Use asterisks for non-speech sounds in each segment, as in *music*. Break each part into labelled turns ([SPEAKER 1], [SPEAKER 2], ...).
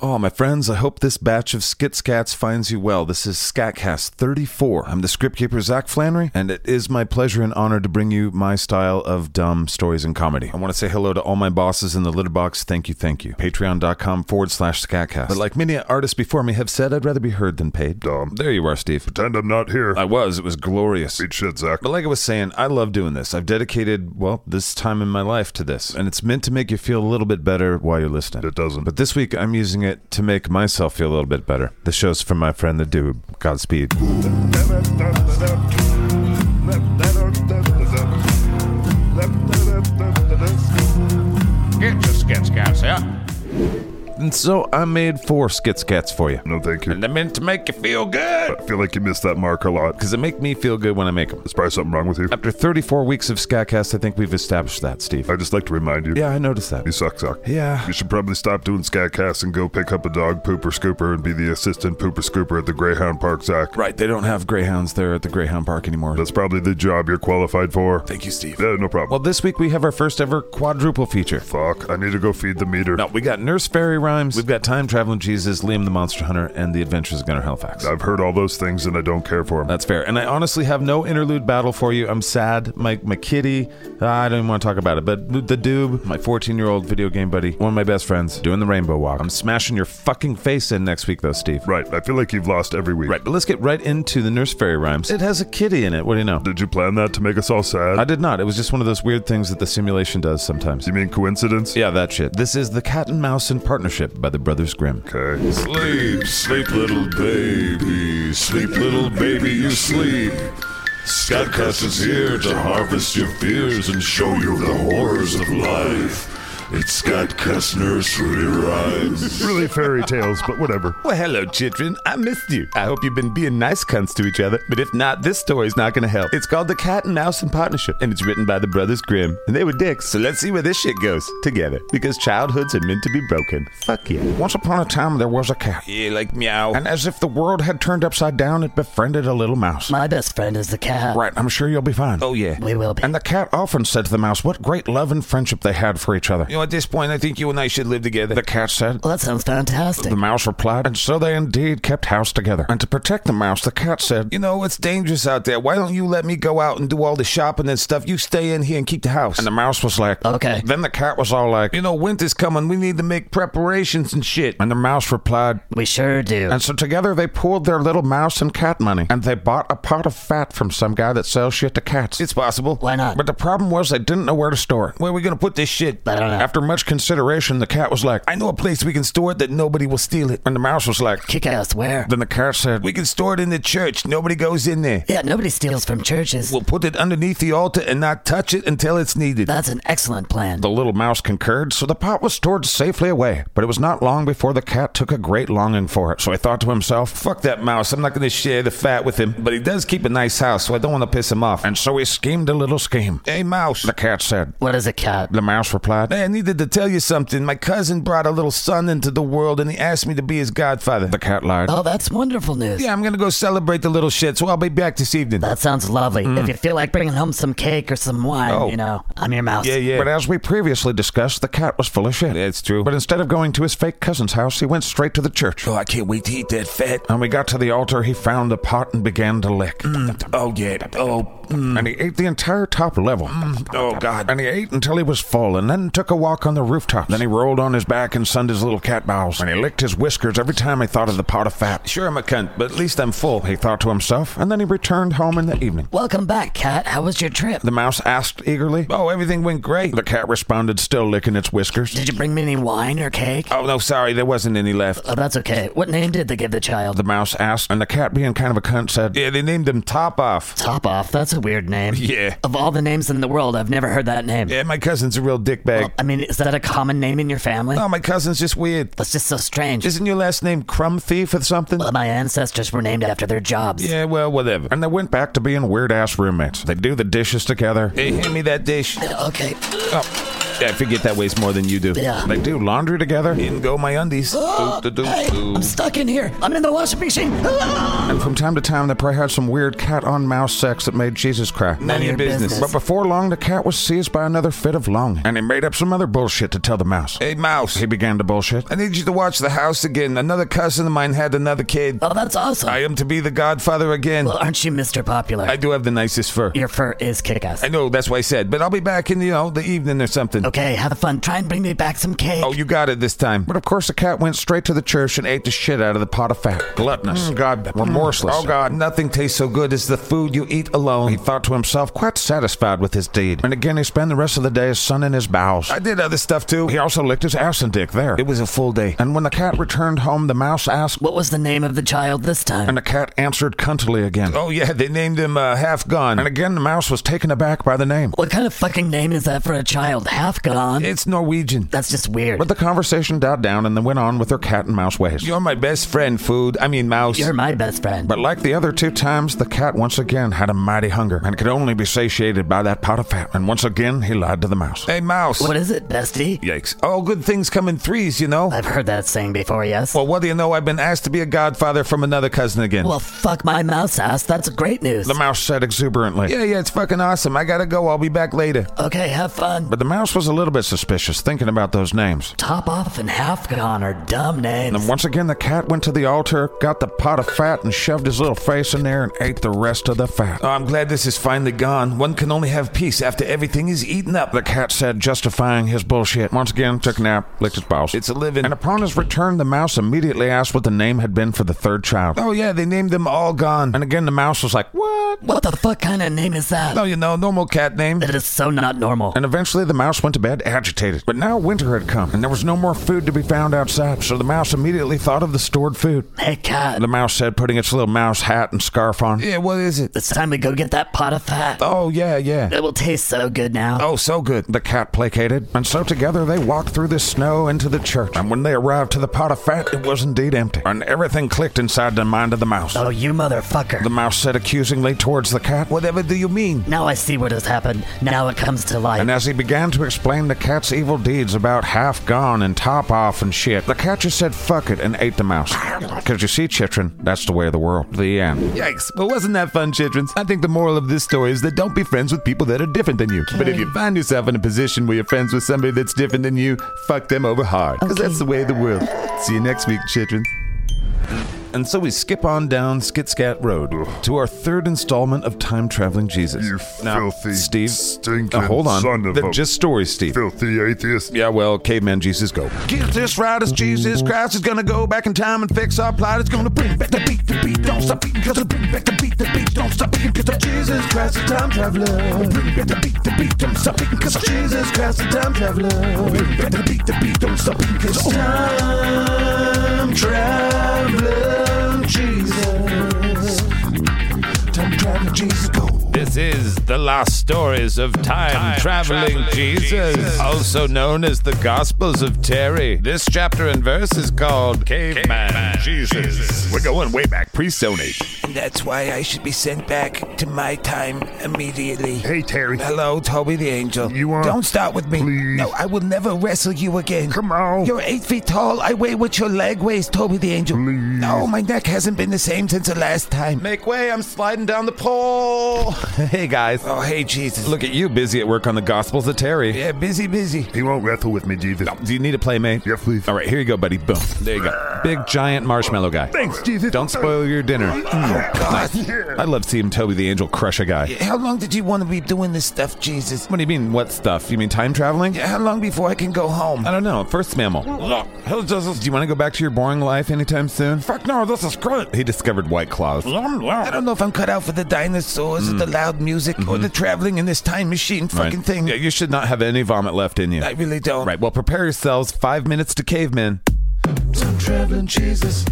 [SPEAKER 1] Oh, my friends, I hope this batch of Skitscats finds you well. This is Scatcast 34. I'm the script keeper, Zach Flannery, and it is my pleasure and honor to bring you my style of dumb stories and comedy. I want to say hello to all my bosses in the litter box. Thank you, thank you. Patreon.com forward slash Scatcast. But like many artists before me have said, I'd rather be heard than paid.
[SPEAKER 2] Dumb.
[SPEAKER 1] There you are, Steve.
[SPEAKER 2] Pretend I'm not here.
[SPEAKER 1] I was. It was glorious.
[SPEAKER 2] Eat shit, Zach.
[SPEAKER 1] But like I was saying, I love doing this. I've dedicated, well, this time in my life to this, and it's meant to make you feel a little bit better while you're listening.
[SPEAKER 2] It doesn't.
[SPEAKER 1] But this week, I'm using it to make myself feel a little bit better. The show's from my friend the Dude. Godspeed.
[SPEAKER 3] Get your skits, guys, yeah?
[SPEAKER 1] And so I made four skits cats for you.
[SPEAKER 2] No, thank you.
[SPEAKER 1] And they're meant to make you feel good.
[SPEAKER 2] I feel like you missed that mark a lot.
[SPEAKER 1] Because they make me feel good when I make them.
[SPEAKER 2] There's probably something wrong with you.
[SPEAKER 1] After 34 weeks of Scatcast, I think we've established that, Steve.
[SPEAKER 2] I just like to remind you.
[SPEAKER 1] Yeah, I noticed that.
[SPEAKER 2] You suck, Zach.
[SPEAKER 1] Yeah.
[SPEAKER 2] You should probably stop doing Scatcast and go pick up a dog pooper scooper and be the assistant pooper scooper at the Greyhound Park, Zach.
[SPEAKER 1] Right, they don't have greyhounds there at the Greyhound Park anymore.
[SPEAKER 2] That's probably the job you're qualified for.
[SPEAKER 1] Thank you, Steve.
[SPEAKER 2] Yeah, no problem.
[SPEAKER 1] Well, this week we have our first ever quadruple feature.
[SPEAKER 2] Fuck, I need to go feed the meter.
[SPEAKER 1] No, we got Nurse Fairy Rhymes, we've got Time Traveling Jesus, Liam the Monster Hunter, and The Adventures of Gunnar Halifax.
[SPEAKER 2] I've heard all those things and I don't care for them.
[SPEAKER 1] That's fair. And I honestly have no interlude battle for you. I'm sad. My my kitty, ah, I don't even want to talk about it. But the doob, my 14 year old video game buddy, one of my best friends, doing the rainbow walk. I'm smashing your fucking face in next week though, Steve.
[SPEAKER 2] Right, I feel like you've lost every week.
[SPEAKER 1] Right, but let's get right into the Nurse Fairy Rhymes. It has a kitty in it. What do you know?
[SPEAKER 2] Did you plan that to make us all sad?
[SPEAKER 1] I did not. It was just one of those weird things that the simulation does sometimes.
[SPEAKER 2] you mean coincidence?
[SPEAKER 1] Yeah, that shit. This is The Cat and Mouse in Partnership by the Brothers Grimm.
[SPEAKER 2] Okay.
[SPEAKER 4] Sleep, sleep, little baby. Sleep, little baby, you sleep. Scatcast is here to harvest your fears and show you the horrors of life. It's Scatcast Nursery Rhymes.
[SPEAKER 2] really fairy tales, but whatever.
[SPEAKER 1] Well, hello, children. I missed you. I hope you've been being nice cunts to each other. But if not, this story's not going to help. It's called The Cat and Mouse in Partnership, and it's written by the Brothers Grimm. And they were dicks, so let's see where this shit goes together. Because childhoods are meant to be broken. Fuck you. Once upon a time, there was a cat. Yeah, like meow. And as if the world had turned upside down, it befriended a little mouse.
[SPEAKER 5] My best friend is the cat.
[SPEAKER 1] Right, I'm sure you'll be fine. Oh, yeah.
[SPEAKER 5] We will be.
[SPEAKER 1] And the cat often said to the mouse what great love and friendship they had for each other. You know, at this point, I think you and I should live together. The cat said.
[SPEAKER 5] Well, that sounds fantastic.
[SPEAKER 1] The mouse replied, and so they indeed kept house together. And to protect the mouse, the cat said, You know, it's dangerous out there. Why don't you let me go out and do all the shopping and stuff? You stay in here and keep the house. And the mouse was like,
[SPEAKER 5] Okay.
[SPEAKER 1] Then the cat was all like, You know, winter's coming. We need to make preparations and shit. And the mouse replied,
[SPEAKER 5] We sure do.
[SPEAKER 1] and so together they pooled their little mouse and cat money, and they bought a pot of fat from some guy that sells shit to cats. It's possible.
[SPEAKER 5] Why not?
[SPEAKER 1] But the problem was they didn't know where to store it. Where are we gonna put this shit?
[SPEAKER 5] I don't know.
[SPEAKER 1] After much consideration, the cat was like, "I know a place we can store it that nobody will steal it." And the mouse was like, *laughs*
[SPEAKER 5] Kick ass, where?
[SPEAKER 1] Then the cat said, "We can store it in the church. Nobody goes in there.
[SPEAKER 5] yeah, nobody steals from churches.
[SPEAKER 1] We'll put it underneath the altar and not touch it until it's needed."
[SPEAKER 5] That's an excellent plan.
[SPEAKER 1] The little mouse concurred, so the pot was stored safely away. But it was not long before the cat took a great longing for it. So I thought to himself, fuck that mouse, I'm not going to share the fat with him. But he does keep a nice house, so I don't want to piss him off. And so he schemed a little scheme. Hey, mouse, the cat said.
[SPEAKER 5] what is a cat?
[SPEAKER 1] The mouse replied, Hey, I needed to tell you something. My cousin brought a little son into the world and he asked me to be his godfather. The cat lied.
[SPEAKER 5] Oh, that's wonderful news.
[SPEAKER 1] Yeah, I'm going to go celebrate the little shit, so I'll be back this evening.
[SPEAKER 5] That sounds lovely. If you feel like bringing home some cake or some wine,
[SPEAKER 1] Mm. Oh.
[SPEAKER 5] you know, I'm your mouse.
[SPEAKER 1] But as we previously discussed, the cat was full of shit. It's true. But instead of going to his fake cousin's house, he went straight to the church.
[SPEAKER 6] Oh, I can't wait to eat that fat.
[SPEAKER 1] And we got to the altar, he found the pot and began to lick.
[SPEAKER 6] Oh, yeah. Oh, mm.
[SPEAKER 1] And he ate the entire top level.
[SPEAKER 6] oh, God.
[SPEAKER 1] And he ate until he was full, and then took a walk on the rooftop. Then he rolled on his back and sunned his little cat bowels. And he licked his whiskers every time he thought of the pot of fat. Sure, I'm a cunt, but at least I'm full, he thought to himself. And then he returned home in the evening.
[SPEAKER 5] Welcome back, cat. How was your trip?
[SPEAKER 1] The mouse asked eagerly.
[SPEAKER 6] Oh, everything went great.
[SPEAKER 1] The cat responded, still licking its whiskers.
[SPEAKER 5] Did you bring me any wine or
[SPEAKER 1] Uh,
[SPEAKER 5] cake?
[SPEAKER 6] Oh, no, sorry. There wasn't any left.
[SPEAKER 5] Oh, that's okay. What name did they give the child?
[SPEAKER 1] The mouse asked, and the cat, being kind of a cunt, said,
[SPEAKER 6] Yeah, they named him Top Off.
[SPEAKER 5] Top off. That's a weird name.
[SPEAKER 6] Yeah.
[SPEAKER 5] Of all the names in the world, I've never heard that name.
[SPEAKER 6] Yeah, my cousin's a real dickbag.
[SPEAKER 5] Well, I mean, is that a common name in your family?
[SPEAKER 1] Um,
[SPEAKER 6] Oh, my cousin's just weird.
[SPEAKER 5] That's just so strange.
[SPEAKER 6] Isn't your last name Crumb Thief or something?
[SPEAKER 5] Well, my ancestors were named after their jobs.
[SPEAKER 6] Yeah, well, whatever.
[SPEAKER 1] and they went back to being weird ass roommates. They do the dishes together.
[SPEAKER 6] Hey, hand me that dish.
[SPEAKER 5] Okay.
[SPEAKER 6] Oh.
[SPEAKER 1] I forget that weighs more than you do.
[SPEAKER 5] Yeah.
[SPEAKER 1] Like, do laundry together? In go my
[SPEAKER 5] *gasps*
[SPEAKER 1] undies. Doo, doo, doo,
[SPEAKER 5] Hey,
[SPEAKER 1] doo.
[SPEAKER 5] I'm stuck in here. I'm in the washing machine. Ah!
[SPEAKER 1] And from time to time, they probably had some weird cat on mouse sex that made Jesus cry.
[SPEAKER 5] None of your business.
[SPEAKER 1] But before long, the cat was seized by another fit of longing, and he made up some other bullshit to tell the mouse.
[SPEAKER 7] Hey, Mouse,
[SPEAKER 1] He began to bullshit.
[SPEAKER 7] I need you to watch the house again. Another cousin of mine had another kid.
[SPEAKER 5] Oh, that's awesome.
[SPEAKER 7] I am to be the godfather again.
[SPEAKER 5] well, aren't you Mr. Popular?
[SPEAKER 7] I do have the nicest fur.
[SPEAKER 5] Your fur is kick-ass.
[SPEAKER 7] I know, that's why I said, but I'll be back in, you know, the evening or something.
[SPEAKER 5] okay, have fun. Try and bring me back some cake.
[SPEAKER 7] Oh, you got it this time.
[SPEAKER 1] But of course, the cat went straight to the church and ate the shit out of the pot of fat. Gluttonous. God, remorseless.
[SPEAKER 7] Oh, God, nothing tastes so good as the food you eat alone.
[SPEAKER 1] He thought to himself, quite satisfied with his deed. And again, he spent the rest of the day sunning his bowels.
[SPEAKER 7] I did other stuff too.
[SPEAKER 1] He also licked his ass and dick there.
[SPEAKER 7] It was a full day.
[SPEAKER 1] And when the cat returned home, the mouse asked,
[SPEAKER 5] What was the name of the child this time?
[SPEAKER 1] and the cat answered cuntily again.
[SPEAKER 7] Oh, yeah, they named him uh, Half Gone.
[SPEAKER 1] And again, the mouse was taken aback by the name.
[SPEAKER 5] what kind of fucking name is that for a child? Half gone?
[SPEAKER 7] It's Norwegian.
[SPEAKER 5] that's just weird.
[SPEAKER 1] But Eh. the conversation died down and then went on with their cat and mouse ways.
[SPEAKER 7] You're my best friend, food. I mean, Mouse.
[SPEAKER 5] You're my best friend.
[SPEAKER 1] But like the other two times, the cat once again had a mighty hunger and could only be satiated by that pot of fat. And once again, he lied to the mouse.
[SPEAKER 7] hey, Mouse.
[SPEAKER 5] what is it, bestie?
[SPEAKER 7] Yikes. All good things come in threes, you know?
[SPEAKER 5] I've heard that saying before, yes?
[SPEAKER 7] Well, what do you know? I've been asked to be a godfather from another cousin again.
[SPEAKER 5] Well, fuck my mouse ass. That's great news.
[SPEAKER 1] The mouse said exuberantly.
[SPEAKER 7] yeah, yeah, it's fucking awesome. I gotta go. I'll be back later.
[SPEAKER 5] okay, have fun.
[SPEAKER 1] But the mouse was a little bit suspicious, thinking about those names.
[SPEAKER 5] Top off and half gone are dumb names.
[SPEAKER 1] And once again, the cat went to the altar, got the pot of fat, and shoved his little face in there and ate the rest of the fat.
[SPEAKER 7] Oh, I'm glad this is finally gone. One can only have peace after everything is eaten up.
[SPEAKER 1] The cat said, justifying his bullshit. Once again, took a nap, licked his balls.
[SPEAKER 7] It's a living.
[SPEAKER 1] and upon his return, the mouse immediately asked what the name had been for the third child.
[SPEAKER 7] oh, yeah, they named them All Gone.
[SPEAKER 1] And again, the mouse was like, What?
[SPEAKER 5] what the fuck kind of name is that?
[SPEAKER 7] No, Oh, you know, normal cat name.
[SPEAKER 5] That is so not normal.
[SPEAKER 1] And eventually the mouse went to bed agitated. But now winter had come, and there was no more food to be found outside, so the mouse immediately thought of the stored food.
[SPEAKER 5] Hey, cat.
[SPEAKER 1] The mouse said, putting its little mouse hat and scarf on.
[SPEAKER 7] Yeah, what is it?
[SPEAKER 5] It's time we go get that pot of fat.
[SPEAKER 1] Oh, yeah, yeah.
[SPEAKER 5] It will taste so good now.
[SPEAKER 7] Oh, so good.
[SPEAKER 1] The cat placated, and so together they walked through the snow into the church. And when they arrived to the pot of fat, it was indeed empty. And everything clicked inside the mind of the mouse.
[SPEAKER 5] Oh, you motherfucker.
[SPEAKER 1] The mouse said accusingly towards the cat,
[SPEAKER 7] Whatever do you mean?
[SPEAKER 5] now I see what has happened. Now it comes to life.
[SPEAKER 1] And as he began to explain the cat's evil deeds about half gone and top off and shit, the cat just said fuck it and ate the mouse. Because you see, Chitrin, that's the way of the world. The end.
[SPEAKER 7] Yikes. Well, wasn't that fun, Childrens? I think the moral of this story is that don't be friends with people that are different than you. But if you find yourself in a position where you're friends with somebody that's different than you, fuck them over hard. Because that's the way of the world. See you next week, Childrens. And so we skip on down Skit Scat Road to our third installment of Time Traveling Jesus.
[SPEAKER 2] You filthy,
[SPEAKER 7] Steve.
[SPEAKER 2] stinking
[SPEAKER 7] Now, hold on.
[SPEAKER 2] son of
[SPEAKER 1] They're
[SPEAKER 2] a-
[SPEAKER 1] just stories, Steve.
[SPEAKER 2] Filthy atheist.
[SPEAKER 1] Yeah, well, caveman Jesus go.
[SPEAKER 7] Get this right as Jesus Christ is gonna go back in time and fix our plot. It's gonna bring back the beat, the beat, don't stop beating, cause it'll bring back the beat, the beat, don't stop beating, cause I'm Jesus Christ, a time traveler. Bring back the beat, the beat, don't stop beating, cause I'm Jesus Christ, a time traveler. Bring back the beat, the beat, don't stop beating, cause I'm time traveling Jesus. Time traveling Jesus, go.
[SPEAKER 1] This is the last stories of time, traveling, Jesus, also known as the Gospels of Terry. This chapter and verse is called Caveman, Jesus. We're going way back pre-Stone Age.
[SPEAKER 6] And that's why I should be sent back to my time immediately.
[SPEAKER 2] Hey, Terry.
[SPEAKER 6] Hello, Toby the Angel.
[SPEAKER 2] You are-
[SPEAKER 6] Don't start with me.
[SPEAKER 2] Please.
[SPEAKER 6] No, I will never wrestle you again.
[SPEAKER 2] Come on.
[SPEAKER 6] You're eight feet tall. I weigh what your leg weighs, Toby the Angel.
[SPEAKER 2] Please.
[SPEAKER 6] No, my neck hasn't been the same since the last time.
[SPEAKER 1] Make way, I'm sliding down the pole. *laughs*
[SPEAKER 7] Hey guys,
[SPEAKER 6] Oh, hey, Jesus.
[SPEAKER 1] Look at you, busy at work on the Gospels of Terry.
[SPEAKER 6] Yeah, busy, busy.
[SPEAKER 2] He won't wrestle with me, Jesus.
[SPEAKER 1] Do you need a playmate?
[SPEAKER 2] Yes, please.
[SPEAKER 1] All right, here you go, buddy. Boom. There you go. Big giant marshmallow guy.
[SPEAKER 2] Thanks, Jesus.
[SPEAKER 1] Don't spoil your dinner. Mm. I love seeing Toby the Angel crush a guy.
[SPEAKER 6] *laughs* How long did you want to be doing this stuff, Jesus?
[SPEAKER 1] What do you mean, what stuff? You mean time traveling?
[SPEAKER 6] How long before I can go home?
[SPEAKER 1] I don't know. First mammal. Hello, Do you want to go back to your boring life anytime soon? Fuck no, this is great. He discovered white claws.
[SPEAKER 6] I don't know if I'm cut out for the dinosaurs
[SPEAKER 1] Mm.
[SPEAKER 6] or the loud music
[SPEAKER 1] Mm-hmm.
[SPEAKER 6] or the traveling in this time
[SPEAKER 1] *laughs*
[SPEAKER 6] machine fucking thing.
[SPEAKER 1] Yeah, you should not have any vomit left in you.
[SPEAKER 6] I really don't.
[SPEAKER 1] Right. Well, prepare yourselves. Five minutes to cavemen.
[SPEAKER 6] Time traveling Jesus.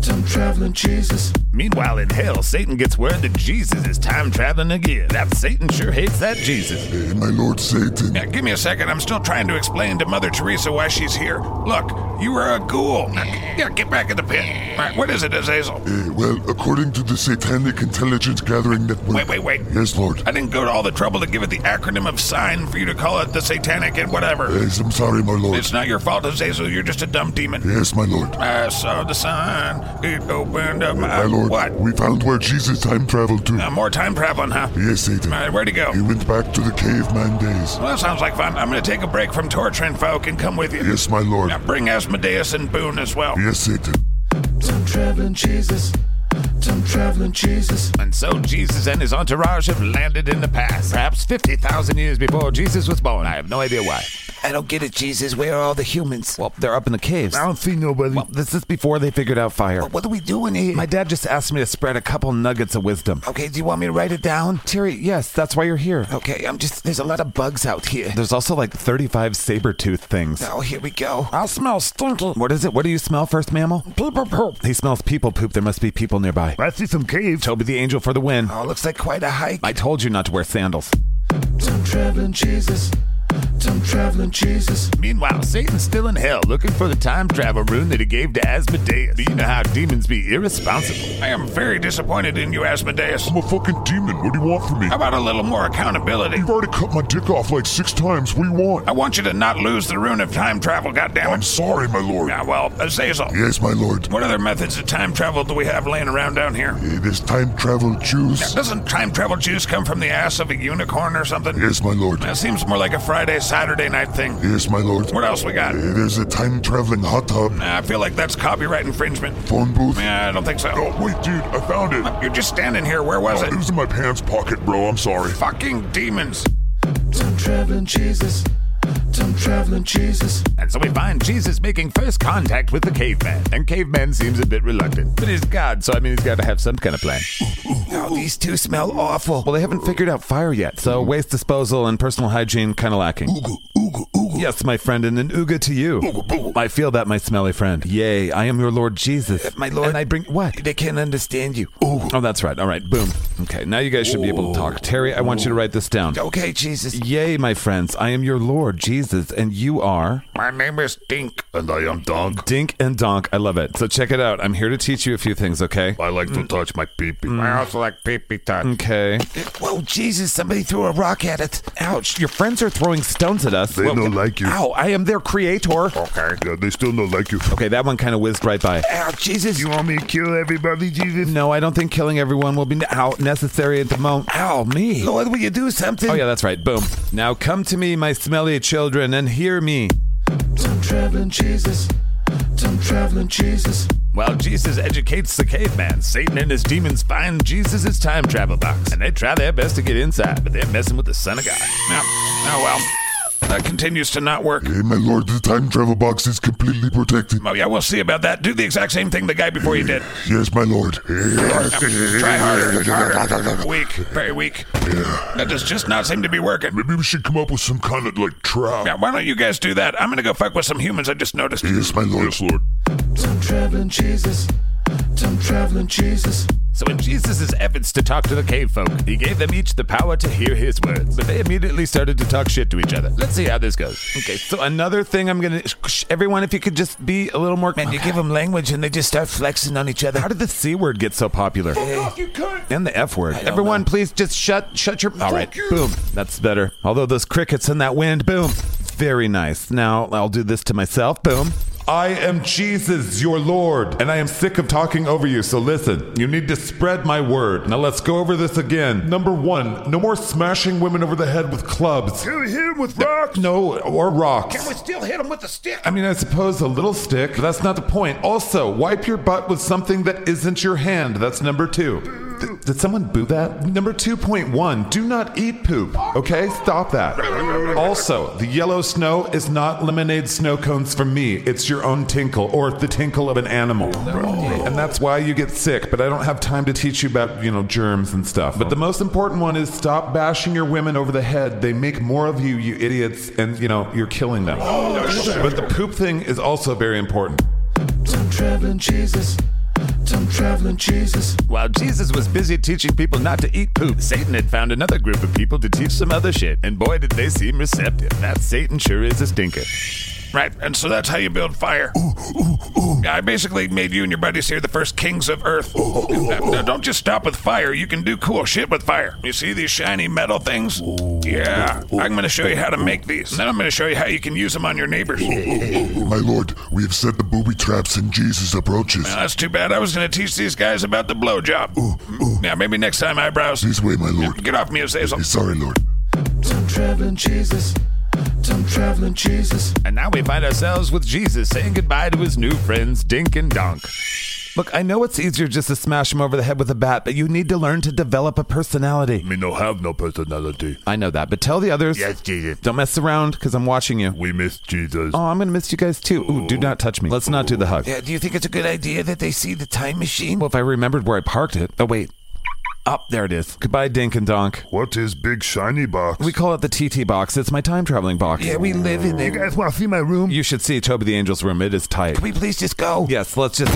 [SPEAKER 6] Time traveling Jesus.
[SPEAKER 7] Meanwhile, in hell, Satan gets word that Jesus is time traveling again. That Satan sure hates that Jesus.
[SPEAKER 4] *laughs* Hey, my Lord Satan.
[SPEAKER 1] Now, give me a second. I'm still trying to explain to Mother Teresa why she's here. Look, you were a ghoul. Now, yeah, get back in the pit. All right, what is it, Azazel?
[SPEAKER 4] Eh, well, according to the Satanic Intelligence Gathering Network.
[SPEAKER 1] Wait, wait, wait.
[SPEAKER 4] Yes, Lord.
[SPEAKER 1] I didn't go to all the trouble to give it the acronym of sign for you to call it the satanic and whatever.
[SPEAKER 4] Yes, I'm sorry, my Lord.
[SPEAKER 1] It's not your fault, Azazel. You're just a dumb demon.
[SPEAKER 4] Yes, my Lord.
[SPEAKER 1] I saw the sign. It opened up my.
[SPEAKER 4] my Lord.
[SPEAKER 1] What?
[SPEAKER 4] We found where Jesus time traveled to.
[SPEAKER 1] Uh, more time traveling, huh?
[SPEAKER 4] Yes, Satan.
[SPEAKER 1] All right, where'd he go?
[SPEAKER 4] He went back to the caveman days.
[SPEAKER 1] Well, that sounds like fun. I'm going to take a break from torturing folk and come with you.
[SPEAKER 4] Yes, my Lord.
[SPEAKER 1] Now bring Asmodeus and Boone as well.
[SPEAKER 4] Yes, Satan.
[SPEAKER 7] And so Jesus and his entourage have landed in the past, perhaps 50,000 years before Jesus was born. I have no idea why.
[SPEAKER 8] I don't get it, Jesus. Where are all the humans?
[SPEAKER 7] Well, they're up in the caves.
[SPEAKER 2] don't see nobody.
[SPEAKER 7] Well, this is before they figured out fire.
[SPEAKER 8] What are we doing here?
[SPEAKER 7] My dad just asked me to spread a couple nuggets of wisdom.
[SPEAKER 8] okay, do you want me to write it down?
[SPEAKER 7] Terry, yes, that's why you're here.
[SPEAKER 8] Okay, I'm just. There's a lot of bugs out here.
[SPEAKER 7] There's also like 35 saber-tooth things.
[SPEAKER 8] Oh, here we go.
[SPEAKER 7] I smell stinky. What is it? What do you smell first, mammal? People poop. He smells people poop. There must be people nearby.
[SPEAKER 2] I see some caves.
[SPEAKER 7] Toby the angel for the win.
[SPEAKER 8] Oh, looks like quite a hike.
[SPEAKER 7] I told you not to wear sandals. Meanwhile, Satan's still in hell, looking for the time travel rune that he gave to Asmodeus. You know how demons be irresponsible.
[SPEAKER 1] I am very disappointed in you, Asmodeus.
[SPEAKER 4] I'm a fucking demon. What do you want from me?
[SPEAKER 1] How about a little more accountability?
[SPEAKER 4] You've already cut my dick off like six times. What do you want?
[SPEAKER 1] I want you to not lose the rune of time travel,
[SPEAKER 4] I'm
[SPEAKER 1] goddammit.
[SPEAKER 4] sorry, my Lord.
[SPEAKER 1] Yeah, well, Azazel,
[SPEAKER 4] Yes, my Lord.
[SPEAKER 1] what other methods of time travel do we have laying around down here?
[SPEAKER 4] Eh, This time travel juice.
[SPEAKER 1] Doesn't time travel juice come from the ass of a unicorn or something?
[SPEAKER 4] Yes, my Lord.
[SPEAKER 1] That seems more like a Friday, Saturday night thing.
[SPEAKER 4] Yes, my Lord.
[SPEAKER 1] What else we got?
[SPEAKER 4] Eh, There's a time traveling hot tub.
[SPEAKER 1] Nah, I feel like that's copyright infringement.
[SPEAKER 4] Phone booth.
[SPEAKER 1] Yeah, I don't think so.
[SPEAKER 4] Oh, wait, dude. I found it. Oh,
[SPEAKER 1] You're just standing here. Where was it?
[SPEAKER 4] It was in my pants pocket, bro. I'm sorry.
[SPEAKER 1] Fucking demons.
[SPEAKER 7] And so we find Jesus making first contact with the caveman. And caveman seems a bit reluctant. But he's God, so I mean, he's got to have some kind of plan.
[SPEAKER 8] Oh, these two smell awful.
[SPEAKER 7] Well, they haven't figured out fire yet, so waste disposal and personal hygiene kind of lacking.
[SPEAKER 4] Ooga, ooga, ooga.
[SPEAKER 7] Yes, my friend, and an ooga to you. I feel that, my smelly friend. Yea, I am your Lord Jesus.
[SPEAKER 8] my lord-
[SPEAKER 7] And I bring. What?
[SPEAKER 8] They can't understand you.
[SPEAKER 7] Oh, that's right. All right, boom. Okay, now you guys should be able to talk. Terry, I want you to write this down.
[SPEAKER 8] Okay, Jesus.
[SPEAKER 7] Yea, my friends, I am your Lord Jesus, and you are
[SPEAKER 1] My name is Dink.
[SPEAKER 2] And I am dog.
[SPEAKER 7] Dink and Donk. I love it. So check it out. I'm here to teach you a few things, okay?
[SPEAKER 2] I like to touch my peepee.
[SPEAKER 7] Mm.
[SPEAKER 1] I also like peepee time.
[SPEAKER 7] Okay.
[SPEAKER 6] Oh,
[SPEAKER 8] Whoa, Jesus, somebody threw a rock at it.
[SPEAKER 7] Ouch, your friends are throwing stones at us.
[SPEAKER 2] They
[SPEAKER 7] Well, ah.
[SPEAKER 2] don't like you.
[SPEAKER 7] Ow, I am their creator.
[SPEAKER 2] Okay. Yeah, they still don't like you.
[SPEAKER 7] Okay, that one kind of whizzed right by.
[SPEAKER 8] Ow, Jesus.
[SPEAKER 2] You want me to kill everybody, Jesus?
[SPEAKER 7] No, I don't think killing everyone will be ow, necessary at the moment. Ow, me.
[SPEAKER 8] Lord, will you do something?
[SPEAKER 7] Oh, yeah, that's right. Boom. Now come to me, my smelly children, and hear me. While Jesus educates the caveman, Satan and his demons find Jesus' time travel box, and they try their best to get inside, but they're messing with the Son of God.
[SPEAKER 1] No. Oh, well. That continues to not work.
[SPEAKER 4] Eh, my Lord, the time travel box is completely protected.
[SPEAKER 1] Oh, yeah, we'll see about that. Do the exact same thing the guy before you did.
[SPEAKER 4] Yes, my Lord.
[SPEAKER 1] Try harder. harder. Weak. Very weak. That does just not seem to be working.
[SPEAKER 4] Maybe we should come up with some kind of like trap.
[SPEAKER 1] Now, why don't you guys do that? I'm going to go fuck with some humans I just noticed.
[SPEAKER 4] Yes, my Lord. Yes, Lord.
[SPEAKER 7] So, in Jesus' efforts to talk to the cave folk, he gave them each the power to hear his words. But they immediately started to talk shit to each other. Let's see how this goes. Okay, so another thing I'm gonna. Shh, everyone, if you could just be a little more.
[SPEAKER 8] Man, you give them language and they just start flexing on each other.
[SPEAKER 7] How did the C word get so popular? And the F word. Everyone, please just shut shut your. All right, boom. That's better. Although those crickets in that wind, boom. Very nice. Now I'll do this to myself. Boom. I am Jesus, your Lord, and I am sick of talking over you. So listen, you need to spread my word. Now let's go over this again. Number one, no more smashing women over the head with clubs.
[SPEAKER 2] You hit him with rocks.
[SPEAKER 7] No, or rocks.
[SPEAKER 1] We still hit him with a stick.
[SPEAKER 7] I mean, I suppose a little stick, but that's not the point. Also, wipe your butt with something that isn't your hand. That's number two. Th- did someone boo that? Number 2.1, do not eat poop. Okay, stop that. Also, the yellow snow is not lemonade snow cones for me. It's your own tinkle or the tinkle of an animal. And that's why you get sick, but I don't have time to teach you about, you know, germs and stuff. But the most important one is stop bashing your women over the head. They make more of you, you idiots, and, you know, you're killing them. But the poop thing is also very important. phantom traveling Jesus. While Jesus was busy teaching people not to eat poop, Satan had found another group of people to teach some other shit. And boy, did they seem receptive. That Satan sure is a stinker.
[SPEAKER 9] Right, and so that's how you build fire. I basically made you and your buddies here the first kings of Earth. Now- now, don't just stop with fire. You can do cool shit with fire. You see these shiny metal things? Yeah. I'm going to show you how to make these. And then I'm going to show you how you can use them on your neighbors.
[SPEAKER 4] My lord, we have set the booby traps and Jesus approaches.
[SPEAKER 9] Now, that's too bad. I was going to teach these guys about the blowjob. Yeah, maybe next time, eyebrows.
[SPEAKER 4] This way, my lord.
[SPEAKER 9] Get off me, Azazel.
[SPEAKER 4] Eh, Sorry, lord.
[SPEAKER 7] And now we find ourselves with Jesus saying goodbye to his new friends, Dink and Donk. Look, I know it's easier just to smash him over the head with a bat, but you need to learn to develop a personality.
[SPEAKER 2] Me no have no personality.
[SPEAKER 7] I know that, but tell the others.
[SPEAKER 2] Jesus.
[SPEAKER 7] Don't mess around, because I'm watching you.
[SPEAKER 2] We miss Jesus.
[SPEAKER 7] Oh, I'm going to miss you guys too. Ooh, do not touch me. Let's not do the hug.
[SPEAKER 1] Yeah, do you think it's a good idea that they see the time machine?
[SPEAKER 7] Well, if I remembered where I parked it. Oh, wait. Up, there it is. Goodbye, Dink and Donk.
[SPEAKER 2] What is big shiny box?
[SPEAKER 7] We call it the TT box. It's my time traveling box.
[SPEAKER 1] Yeah, we live in
[SPEAKER 2] you
[SPEAKER 1] it.
[SPEAKER 2] guys want to see my room?
[SPEAKER 7] You should see Toby the Angel's room. It is tight.
[SPEAKER 1] Can we please just go?
[SPEAKER 7] Yes, let's just.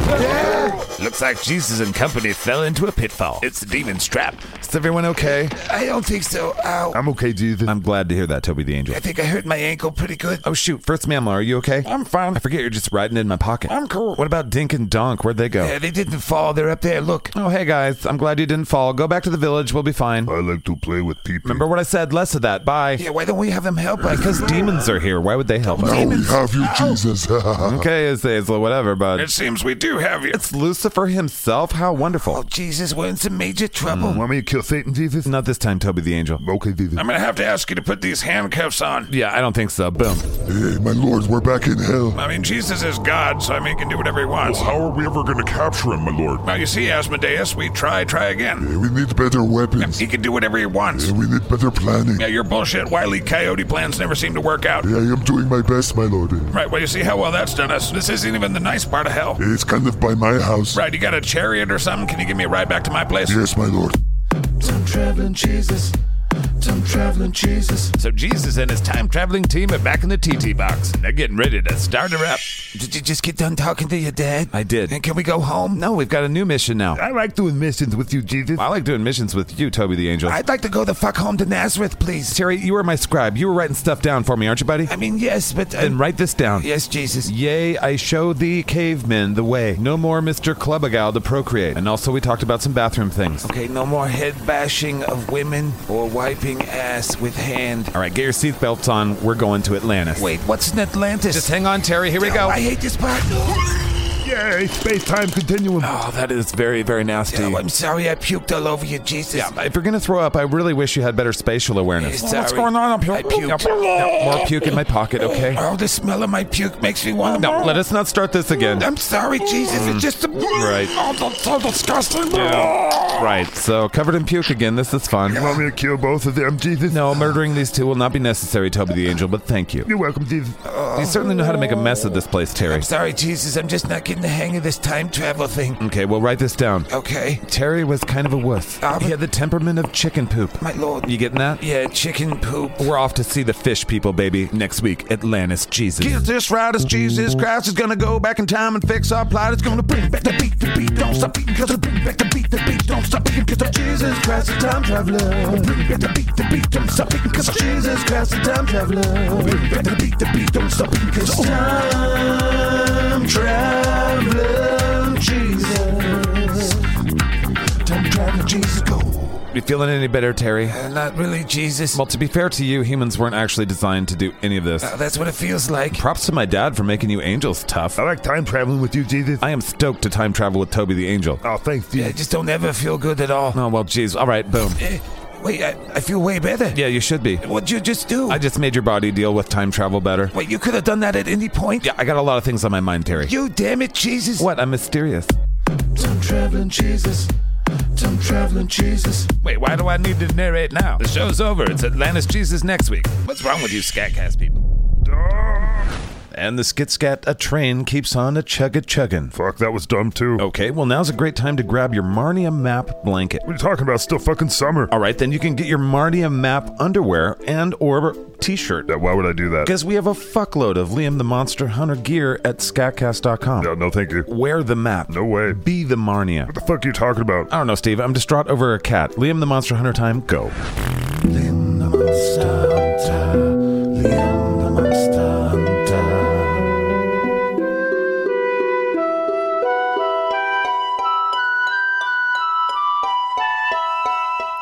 [SPEAKER 7] Looks like Jesus and company fell into a pitfall. It's the demon's trap. Is everyone okay?
[SPEAKER 1] I don't think so. Ow.
[SPEAKER 2] I'm okay, Jesus.
[SPEAKER 7] I'm glad to hear that, Toby the Angel.
[SPEAKER 1] I think I hurt my ankle pretty good.
[SPEAKER 7] Oh shoot! First mammal, are you okay? I'm fine. I forget you're just riding in my pocket. I'm cool. What about Dink and Donk? Where'd they go?
[SPEAKER 1] Yeah, they didn't fall. They're up there. Look.
[SPEAKER 7] Oh hey guys, I'm glad you didn't fall. Go back to the village. We'll be fine.
[SPEAKER 2] I like to play with people.
[SPEAKER 7] Remember what I said? Less of that. Bye.
[SPEAKER 1] Yeah, why don't we have them help us?
[SPEAKER 7] Because demons are here. Why would they help us?
[SPEAKER 4] Now we have
[SPEAKER 9] ah.
[SPEAKER 4] you, Jesus. *laughs*
[SPEAKER 7] Okay, Azazel, whatever, bud.
[SPEAKER 9] It seems we do have you.
[SPEAKER 7] It's Lucifer himself. How
[SPEAKER 1] Oh,
[SPEAKER 7] wonderful.
[SPEAKER 1] Jesus, we're in some major trouble.
[SPEAKER 2] Want me to kill Satan, Jesus?
[SPEAKER 7] Not this time, Toby the Angel.
[SPEAKER 2] Okay, Jesus.
[SPEAKER 9] I'm going to have to ask you to put these handcuffs on.
[SPEAKER 7] Yeah, I don't think so. Boom.
[SPEAKER 4] hey, my lord, we're back in hell.
[SPEAKER 9] I mean, Jesus is God, so I mean, he can do whatever he wants.
[SPEAKER 10] How are we ever going to capture him, my lord?
[SPEAKER 9] Now, you see, Asmodeus, we try, try again.
[SPEAKER 4] Eh, We need better weapons.
[SPEAKER 9] He can do whatever he wants.
[SPEAKER 4] Eh, We need better planning.
[SPEAKER 9] Yeah, your bullshit Wiley Coyote plans never seem to work out.
[SPEAKER 4] Eh, I am doing my best, my lord. Eh,
[SPEAKER 9] Right, well, you see how well that's done us. This isn't even the nice part of hell.
[SPEAKER 4] It's kind of by my house.
[SPEAKER 9] Right, you got a chariot or something? Can you give me a ride back to my place?
[SPEAKER 4] Yes, my lord.
[SPEAKER 7] So Jesus and his time traveling team are back in the TT box, and they're getting ready to start her up.
[SPEAKER 1] Did you just get done talking to your dad?
[SPEAKER 7] I did.
[SPEAKER 1] And can we go home?
[SPEAKER 7] No, we've got a new mission now.
[SPEAKER 2] I like doing missions with you, Jesus.
[SPEAKER 7] I like doing missions with you, Toby the Angel.
[SPEAKER 1] I'd like to go the fuck home to Nazareth, please.
[SPEAKER 7] Terry, you were my scribe. You were writing stuff down for me, aren't you, buddy?
[SPEAKER 1] I mean, yes, but. Uh,
[SPEAKER 7] And write this down.
[SPEAKER 1] yes, Jesus.
[SPEAKER 7] Yea, I show thee, cavemen, the way. No more Mr. Clubagal to procreate. And also, we talked about some bathroom things.
[SPEAKER 1] Okay, no more head bashing of women or wiping ass with hand.
[SPEAKER 7] All right, get your seatbelts on. We're going to Atlantis.
[SPEAKER 1] Wait, what's in Atlantis?
[SPEAKER 7] Just hang on, Terry. Here we
[SPEAKER 1] Oh,
[SPEAKER 7] go.
[SPEAKER 1] I hate this part.
[SPEAKER 2] Yay, space time continuum.
[SPEAKER 7] Oh, that is very, very nasty.
[SPEAKER 1] Oh, I'm sorry I puked all over you, Jesus. Yeah,
[SPEAKER 7] If you're gonna throw up, I really wish you had better spatial awareness.
[SPEAKER 1] Sorry. What's going on? I puked.
[SPEAKER 7] More puke in my pocket, okay?
[SPEAKER 1] Oh, the smell of my puke makes me want to.
[SPEAKER 7] No, let us not start this again.
[SPEAKER 1] I'm sorry, Jesus. It's just a.
[SPEAKER 7] Mm. Right.
[SPEAKER 1] Oh, that's so disgusting.
[SPEAKER 7] Right, so covered in puke again. This is fun.
[SPEAKER 2] You want me to kill both of them, Jesus?
[SPEAKER 7] No, murdering these two will not be necessary, Toby the Angel, but thank you.
[SPEAKER 2] You're welcome, Jesus.
[SPEAKER 7] You certainly know how to make a mess of this place, Terry.
[SPEAKER 1] Sorry, Jesus. I'm just not getting the hang of this time travel thing.
[SPEAKER 7] Okay, well, write this down.
[SPEAKER 1] Okay,
[SPEAKER 7] Terry was kind of a wuss.
[SPEAKER 1] Ah, but-
[SPEAKER 7] He had the temperament of chicken poop.
[SPEAKER 1] my lord.
[SPEAKER 7] You getting that?
[SPEAKER 1] Yeah, chicken poop.
[SPEAKER 7] We're off to see the fish people, baby, next week. Atlantis, Jesus.
[SPEAKER 1] This route is Jesus Christ is gonna go back in time and fix our plot. It's gonna bring back the beat, the beat. Don't stop beating, cause it'll bring back the beat, the beat. Don't stop beating, cause I'm Jesus Christ, the time traveler. Bring back the beat, the beat. Don't stop beating, cause I'm Jesus Christ, the time traveler. Bring back the beat, the beat. Don't stop beating, cause I'm time traveler. Jesus. Time traveler, Jesus, go.
[SPEAKER 7] You feeling any better, Terry?
[SPEAKER 1] Uh, not really, Jesus.
[SPEAKER 7] Well, to be fair to you, humans weren't actually designed to do any of this.
[SPEAKER 1] Uh, that's what it feels like.
[SPEAKER 7] Props to my dad for making you angels tough.
[SPEAKER 2] I like time traveling with you, Jesus.
[SPEAKER 7] I am stoked to time travel with Toby the Angel.
[SPEAKER 2] Oh, thanks,
[SPEAKER 1] I
[SPEAKER 2] Jesus.
[SPEAKER 1] just don't ever feel good at all.
[SPEAKER 7] Oh, well, geez. All right, boom.
[SPEAKER 1] Eh, Wait, I, I feel way better.
[SPEAKER 7] Yeah, you should be.
[SPEAKER 1] What'd you just do?
[SPEAKER 7] I just made your body deal with time travel better.
[SPEAKER 1] Wait, you could have done that at any point.
[SPEAKER 7] Yeah, I got a lot of things on my mind, Terry.
[SPEAKER 1] You damn it, Jesus.
[SPEAKER 7] What? I'm mysterious. Wait, why do I need to narrate now? The show's over. It's Atlantis Jesus next week. What's wrong with you, Scatcast people? And the skit scat, a train keeps on a chug a chuggin'.
[SPEAKER 2] Fuck, that was dumb too.
[SPEAKER 11] Oh.
[SPEAKER 7] Okay, well, now's a great time to grab your Marnia map blanket.
[SPEAKER 2] What are you talking about? It's still fucking summer.
[SPEAKER 11] Oh.
[SPEAKER 7] All right, then you can get your Marnia map underwear and or t-shirt.
[SPEAKER 2] Yeah, why would I do that?
[SPEAKER 7] Because we have a fuckload of Liam the Monster Hunter gear at scatcast.com.
[SPEAKER 2] No, no, thank you. What
[SPEAKER 7] Wear the map.
[SPEAKER 2] No way.
[SPEAKER 7] Be the Marnia.
[SPEAKER 2] the fuck are you talking about?
[SPEAKER 11] Oh.
[SPEAKER 7] I don't know, Steve. I'm distraught over a cat. Liam the Monster Hunter time, go.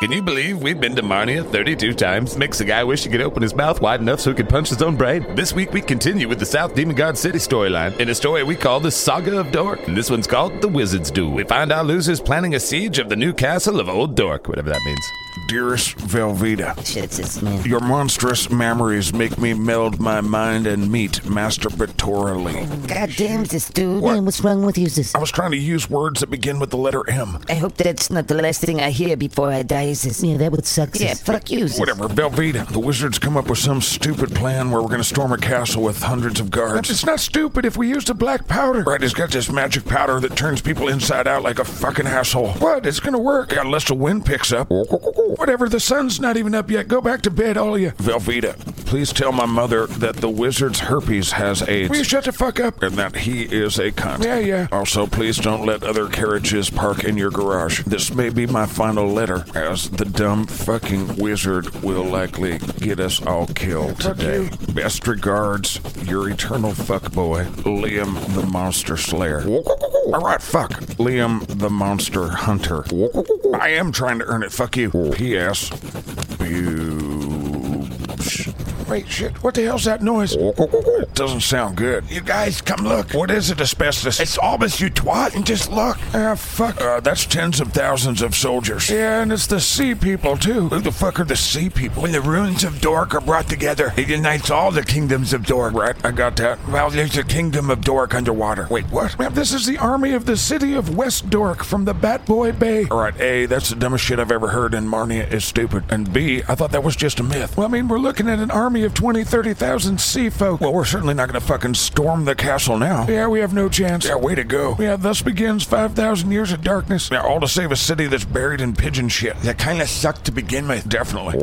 [SPEAKER 12] Can you believe we've been to Marnia 32 times? Makes the guy wish he could open his mouth wide enough so he could punch his own brain. This week we continue with the South Demon God City storyline in a story we call the Saga of Dork. And this one's called The Wizard's Duel. We find our losers planning a siege of the new castle of Old Dork, whatever that means.
[SPEAKER 1] Dearest Velveeta,
[SPEAKER 5] Shit, it's just me.
[SPEAKER 1] your monstrous memories make me meld my mind and meat masturbatorily.
[SPEAKER 5] God damn this dude.
[SPEAKER 1] What?
[SPEAKER 5] Man, what's wrong with you, sis?
[SPEAKER 1] I was trying to use words that begin with the letter M.
[SPEAKER 5] I hope that's not the last thing I hear before I die, sis. Yeah, that would suck, sis. Yeah, fuck you, sis.
[SPEAKER 1] Whatever, Velveeta. The wizards come up with some stupid plan where we're going to storm a castle with hundreds of guards. It's not stupid if we use the black powder. Right, it's got this magic powder that turns people inside out like a fucking asshole. What? It's going to work. Unless the wind picks up. Whatever, the sun's not even up yet. Go back to bed, all of you. Velveeta, please tell my mother that the wizard's herpes has AIDS. Will you shut the fuck up? And that he is a cunt. Yeah, yeah. Also, please don't let other carriages park in your garage. This may be my final letter, as the dumb fucking wizard will likely get us all killed today. Best regards, your eternal fuckboy, Liam the Monster Slayer. All right, fuck. Liam the Monster Hunter. I am trying to earn it. Fuck you. P.S. You. Wait, shit. What the hell's that noise? It doesn't sound good. You guys, come look. What is it, asbestos? It's almost you twat. And just look. Ah, fuck. Uh, that's tens of thousands of soldiers. Yeah, and it's the sea people, too. Who the fuck are the sea people? When the ruins of Dork are brought together, it unites all the kingdoms of Dork. Right, I got that. Well, there's a kingdom of Dork underwater. Wait, what? Man, this is the army of the city of West Dork from the Bat Boy Bay. All right, A, that's the dumbest shit I've ever heard, and Marnia is stupid. And B, I thought that was just a myth. Well, I mean, we're looking at an army of 20, 30,000 sea folk. Well, we're certainly not gonna fucking storm the castle now. Yeah, we have no chance. Yeah, way to go. Yeah, thus begins 5,000 years of darkness. Yeah, all to save a city that's buried in pigeon shit. That kinda sucked to begin with. Definitely.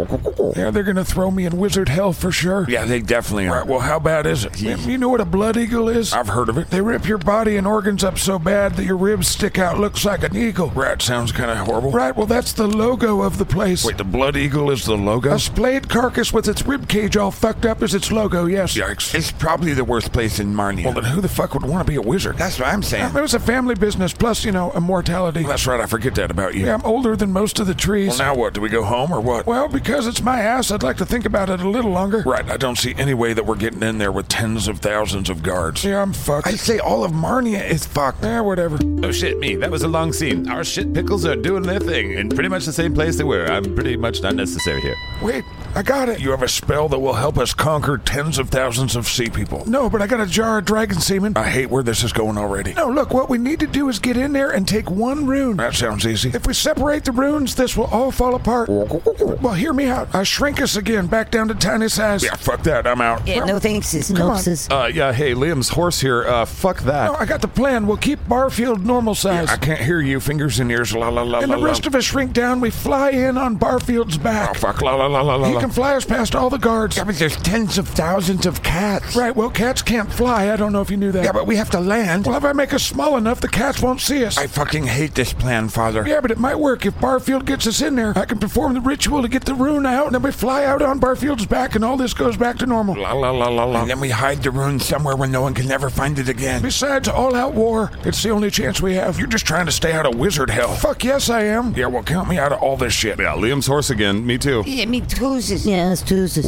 [SPEAKER 1] Yeah, they're gonna throw me in wizard hell for sure. Yeah, they definitely are. Right, well, how bad is it? Man, You know what a blood eagle is? I've heard of it. They rip your body and organs up so bad that your ribs stick out. Looks like an eagle. Right, sounds kind of horrible. Right, well, that's the logo of the place. Wait, the blood eagle is the logo? A splayed carcass with its rib cage all fucked up is its logo, yes. Yikes. It's probably the worst place in Marnia. Well, then who the fuck would want to be a wizard? That's what I'm saying. It was a family business, plus, you know, immortality. That's right, I forget that about you. Yeah, I'm older than most of the trees. Well, now what? Do we go home or what? Well, because it's my ass, I'd like to think about it a little longer. Right, I don't see any way that we're getting in there with tens of thousands of guards. Yeah, I'm fucked. I say all of Marnia is fucked. Yeah, whatever.
[SPEAKER 12] Oh shit, me. That was a long scene. Our shit pickles are doing their thing in pretty much the same place they were. I'm pretty much not necessary here.
[SPEAKER 1] Wait, I got it. You have a spell that will help us conquer tens of thousands of sea people. No, but I got a jar of dragon semen. I hate where this is going already. No, look, what we need to do is get in there and take one rune. That sounds easy. If we separate the runes, this will all fall *laughs* apart. well, hear me out. I shrink us again back down to tiny size. Yeah, fuck that. I'm out.
[SPEAKER 5] Yeah, no thanks, sis. No,
[SPEAKER 1] on.
[SPEAKER 5] sis.
[SPEAKER 7] Uh, yeah, hey, Liam's horse here. Uh, fuck that.
[SPEAKER 1] No, I got the plan. We'll keep Barfield normal size.
[SPEAKER 7] I can't hear you. Fingers and ears. La la la
[SPEAKER 1] and
[SPEAKER 7] la. Oh,
[SPEAKER 1] the rest of us shrink down. We fly in on Barfield's back.
[SPEAKER 7] fuck. La la la la la.
[SPEAKER 1] He can fly us past all the guards.
[SPEAKER 13] but there's tens of thousands of cats.
[SPEAKER 1] Right, well, cats can't fly. I don't know if you knew that.
[SPEAKER 13] Yeah, but we have to land.
[SPEAKER 1] Well, if I make us small enough, the cats won't see us.
[SPEAKER 13] I fucking hate this plan, Father.
[SPEAKER 1] yeah, but it might work. If Barfield gets us in there, I can perform the ritual to get the rune out, and then we fly out on Barfield's back, and all this goes back to normal.
[SPEAKER 7] La la la la la.
[SPEAKER 13] And then we hide the rune somewhere where no one can ever find it again.
[SPEAKER 1] Besides all out war, it's the only chance we have. You're just trying to stay out of wizard hell. Fuck yes, I am. Yeah, well, count me out of all this shit.
[SPEAKER 7] Yeah, Liam's horse again. Me too.
[SPEAKER 5] Yeah, me too, sis. Yeah, us too, sis.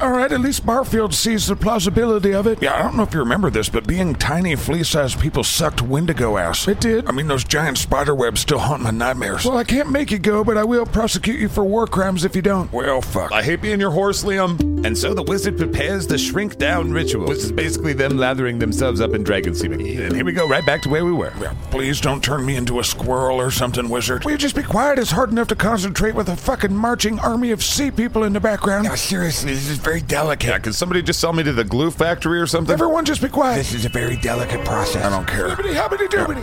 [SPEAKER 1] All right, at least Barfield sees the plausibility of it. Yeah, I don't know if you remember this, but being tiny, flea-sized people sucked Wendigo ass. It did. I mean, those giant spider webs still haunt my nightmares. Well, I can't make you go, but I will prosecute you for war crimes if you don't. Well, fuck.
[SPEAKER 7] I hate being your horse, Liam. And so the wizard prepares the shrink down ritual, which is basically them lathering themselves up in dragon semen. And here we go, right back to where we were.
[SPEAKER 14] Yeah, Please don't turn me into a squirrel or something, wizard.
[SPEAKER 1] Will you just be quiet? It's hard enough to concentrate with a fucking marching army of sea people in the background. Now, seriously, this is very delicate.
[SPEAKER 7] Yeah, because somebody just sell me to the glue factory or something.
[SPEAKER 1] Everyone, just be quiet. This is a very delicate process. I don't care.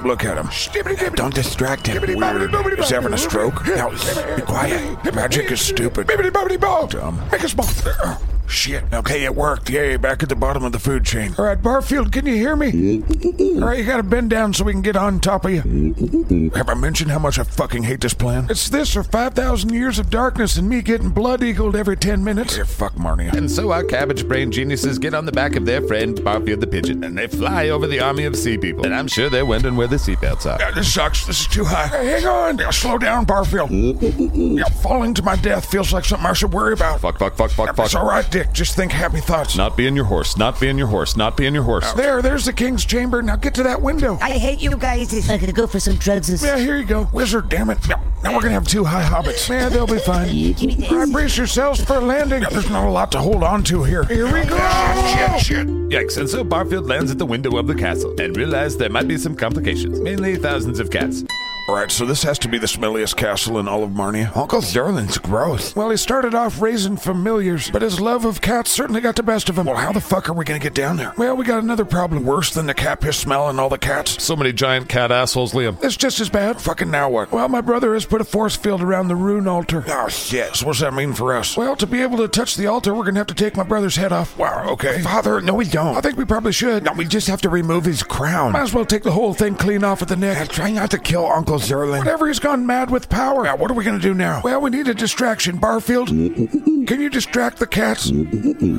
[SPEAKER 14] Look at him.
[SPEAKER 1] Don't distract him. Weird. He's having a stroke. Now, shh, be quiet. Magic is stupid. Dumb. Make us both. Shit. Okay, it worked. Yay, back at the bottom of the food chain. All right, Barfield, can you hear me? All right, you gotta bend down so we can get on top of you. Have I mentioned how much I fucking hate this plan? It's this or 5,000 years of darkness and me getting blood eagled every 10 minutes. Yeah, fuck Marnia.
[SPEAKER 7] And so our cabbage brain geniuses get on the back of their friend Barfield the Pigeon, and they fly over the army of sea people. And I'm sure they're wondering where the seatbelts are.
[SPEAKER 14] Yeah, This sucks. This is too high.
[SPEAKER 1] Hey, hang on. Yeah, slow down, Barfield. Yeah, falling to my death feels like something I should worry about.
[SPEAKER 7] Fuck, fuck, fuck, fuck,
[SPEAKER 1] It's
[SPEAKER 7] fuck.
[SPEAKER 1] all right, Dick. Just think happy thoughts.
[SPEAKER 7] Not being your horse, not being your horse, not being your horse.
[SPEAKER 1] There, there's the king's chamber. Now get to that window.
[SPEAKER 5] I hate you guys. I gotta go for some drugs.
[SPEAKER 1] Yeah, here you go. Wizard, damn it. Now now we're gonna have two high hobbits. Yeah, they'll be fine. All right, brace yourselves for a landing. Now, there's not a lot to hold on to here. Here we go.
[SPEAKER 7] Yikes, and so Barfield lands at the window of the castle and realized there might be some complications, mainly thousands of cats.
[SPEAKER 14] All right, so this has to be the smelliest castle in all of Marnia.
[SPEAKER 1] Uncle Zerlin's gross. Well, he started off raising familiars, but his love of cats certainly got the best of him. Well, how the fuck are we gonna get down there? Well, we got another problem worse than the cat piss smell and all the cats.
[SPEAKER 15] So many giant cat assholes, Liam.
[SPEAKER 1] It's just as bad. Fucking now what? Ah, Well, my brother has put a force field around the rune altar.
[SPEAKER 14] Oh, shit. So what's that mean for us?
[SPEAKER 1] Well, to be able to touch the altar, we're gonna have to take my brother's head off.
[SPEAKER 14] Wow, okay.
[SPEAKER 1] Father, no, we don't. I think we probably should. No, we just have to remove his crown. Might as well take the whole thing clean off at the neck. try not to kill Uncle Zerlin. Whatever, he's gone mad with power. Now, what are we gonna do now? Well, we need a distraction. Barfield, can you distract the cats?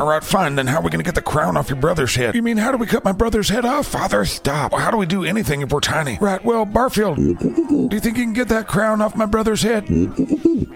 [SPEAKER 1] All right, fine. Then how are we gonna get the crown off your brother's head? You mean how do we cut my brother's head off? Father, stop. Well, how do we do anything if we're tiny? Right. Well, Barfield, do you think you can get that crown off my brother's head?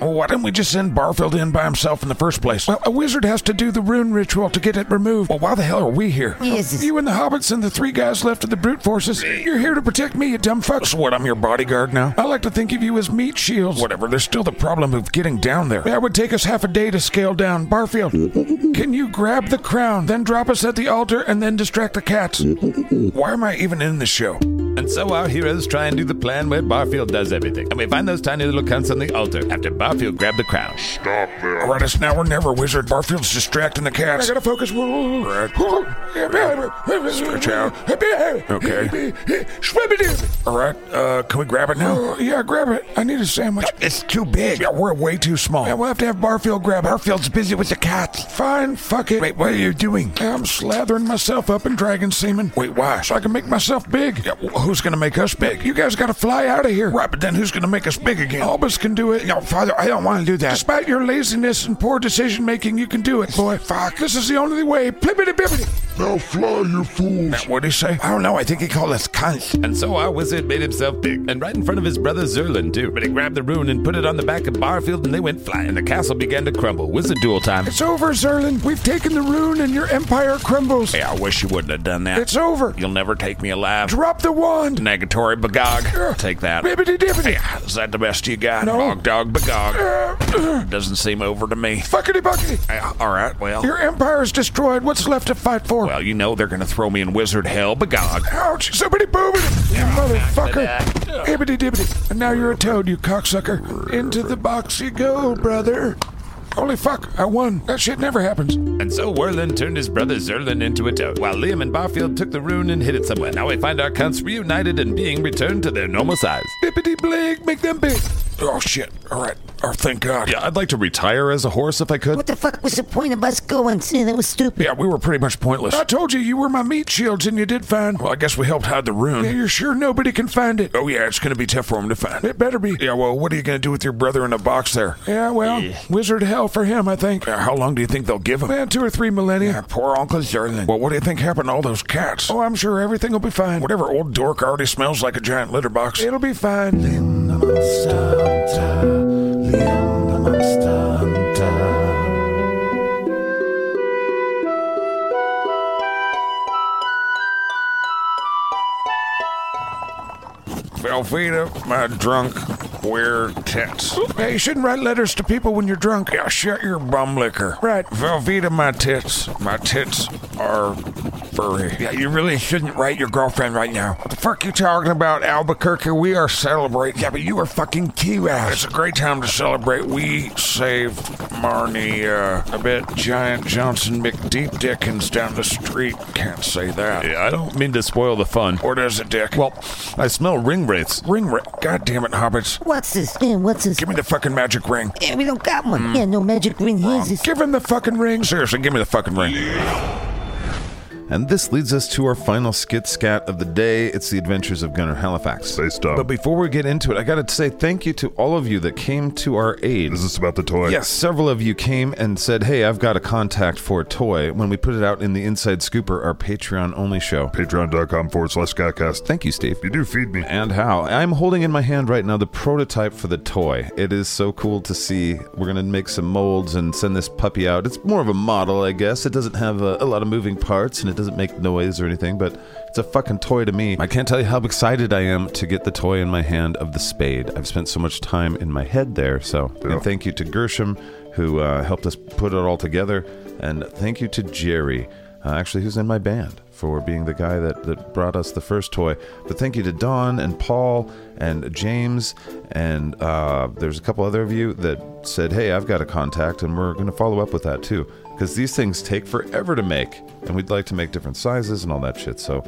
[SPEAKER 1] Well, why didn't we just send Barfield in by himself in the first place? Well, a wizard has to do the rune ritual to get it removed. Well, why the hell are we here?
[SPEAKER 5] Yes.
[SPEAKER 1] You and the hobbits and the three guys left of the brute forces. You're here to protect me, you dumb fuck. So what, I'm your bodyguard now? I like to think of you as meat shields. Whatever, there's still the problem of getting down there. That would take us half a day to scale down. Barfield, can you grab the crown, then drop us at the altar, and then distract the cats? Why am I even in the show?
[SPEAKER 7] And so our heroes try and do the plan where Barfield does everything. And we find those tiny little cunts on the altar after Barfield grabbed the crown.
[SPEAKER 1] All right, it's now or never, wizard. Barfield's distracting the cats. I gotta focus. Stretch out. Okay. All right, uh, can we grab it now? yeah, grab it. I need a sandwich. It's too big. Yeah, we're way too small. Yeah, we'll have to have Barfield grab it. Barfield's busy with the cats. Fine, fuck it. Wait, what are you doing? I'm slathering myself up in dragon semen. Wait, why? So I can make myself big. Yeah, wh- who's gonna make us big? You guys gotta fly out of here. Right, but then who's gonna make us big again? All of us can do it. No, Father, I don't wanna do that. Despite your laziness and poor decision making, you can do it, boy. Fuck, this is the only way. Plippity bippity.
[SPEAKER 4] Now fly, you fools!
[SPEAKER 1] What'd he say? I don't know. I think he called us cunts.
[SPEAKER 7] And so our wizard made himself big, and right in front of his brother Zerlin, too. But he grabbed the rune and put it on the back of Barfield, and they went flying. And the castle began to crumble. Wizard duel time.
[SPEAKER 1] It's over, Zerlin. We've taken the rune and your empire crumbles.
[SPEAKER 14] Yeah, I wish you wouldn't have done that.
[SPEAKER 1] It's over.
[SPEAKER 14] You'll never take me alive.
[SPEAKER 1] Drop the wand.
[SPEAKER 14] Negatory Bagog. Take that.
[SPEAKER 1] Bibbity dibbity.
[SPEAKER 14] Yeah, is that the best you got?
[SPEAKER 1] No.
[SPEAKER 14] Bog dog Bagog.
[SPEAKER 1] Uh, uh,
[SPEAKER 14] Doesn't seem over to me.
[SPEAKER 1] Fuckity buckity.
[SPEAKER 14] Yeah, all right, well.
[SPEAKER 1] Your empire is destroyed. What's left to fight for?
[SPEAKER 14] Well, you know they're going to throw me in wizard hell, Bagog.
[SPEAKER 1] Ouch! Somebody boobity! You motherfucker! Hibbity dibbity! And now you're a toad, you cocksucker! Into the box you go, brother! Holy fuck, I won! That shit never happens!
[SPEAKER 7] And so Whirlin turned his brother Zerlin into a toad, while Liam and Barfield took the rune and hid it somewhere. Now we find our cunts reunited and being returned to their normal size.
[SPEAKER 1] Bippity blig, make them big!
[SPEAKER 14] Oh, shit. All right. Oh, thank God.
[SPEAKER 15] Yeah, I'd like to retire as a horse if I could.
[SPEAKER 5] What the fuck was the point of us going? Yeah, that was stupid.
[SPEAKER 14] Yeah, we were pretty much pointless.
[SPEAKER 1] I told you you were my meat shields and you did fine.
[SPEAKER 14] Well, I guess we helped hide the rune.
[SPEAKER 1] Yeah, you're sure nobody can find it.
[SPEAKER 14] Oh, yeah, it's going to be tough for him to find.
[SPEAKER 1] It better be.
[SPEAKER 14] Yeah, well, what are you going to do with your brother in a box there?
[SPEAKER 1] Yeah, well, wizard hell for him, I think.
[SPEAKER 14] Yeah, how long do you think they'll give him?
[SPEAKER 1] Man, two or three millennia.
[SPEAKER 14] Poor Uncle Zerlin. Well, what do you think happened to all those cats?
[SPEAKER 1] Oh, I'm sure everything will be fine.
[SPEAKER 14] Whatever old dork already smells like a giant litter box.
[SPEAKER 1] It'll be fine.
[SPEAKER 14] Velveeta, my drunk
[SPEAKER 1] stop wear tits.
[SPEAKER 16] Yeah, you shouldn't write letters to people when you're drunk.
[SPEAKER 1] Yeah, shut your bum liquor.
[SPEAKER 16] Right.
[SPEAKER 1] Velveeta, my tits. My tits are furry.
[SPEAKER 16] Yeah, you really shouldn't write your girlfriend right now. What the fuck you talking about, Albuquerque? We are celebrating. Yeah, but you are fucking key
[SPEAKER 1] It's a great time to celebrate. We saved Marnie, uh, I bet Giant Johnson McDeep Dickens down the street. Can't say that.
[SPEAKER 7] I don't mean to spoil the fun.
[SPEAKER 1] Or does it, Dick?
[SPEAKER 7] Well, I smell ring wraiths.
[SPEAKER 1] ring ring. God damn it, Hobbits.
[SPEAKER 5] What's this? Yeah, what's this?
[SPEAKER 1] Give me the fucking magic ring.
[SPEAKER 5] Yeah, we don't got one. Yeah, no magic ring here. This.
[SPEAKER 16] Give him the fucking rings.
[SPEAKER 1] Seriously, give me the fucking ring.
[SPEAKER 7] And this leads us to our final skit scat of the day. It's the adventures of Gunnar Halifax.
[SPEAKER 2] Say stop.
[SPEAKER 7] But before we get into it, I gotta say thank you to all of you that came to our aid.
[SPEAKER 2] Is this about the toy?
[SPEAKER 7] Yes, several of you came and said, Hey, I've got a contact for a toy when we put it out in the Inside Scooper, our Patreon only show.
[SPEAKER 2] Patreon.com forward slash Skycast.
[SPEAKER 7] Thank you, Steve.
[SPEAKER 2] You do feed me.
[SPEAKER 7] And how? I'm holding in my hand right now the prototype for the toy. It is so cool to see. We're going to make some molds and send this puppy out. It's more of a model, I guess. It doesn't have a, a lot of moving parts and it doesn't make noise or anything, but it's a fucking toy to me. I can't tell you how excited I am to get the toy in my hand of the spade. I've spent so much time in my head there, so. And thank you to Gershom, who uh, helped us put it all together. And thank you to Jerry, uh, actually, who's in my band for being the guy that, that brought us the first toy. But thank you to Don and Paul and James, and uh, there's a couple other of you that said, hey, I've got a contact, and we're going to follow up with that too. Because these things take forever to make, and we'd like to make different sizes and all that shit. So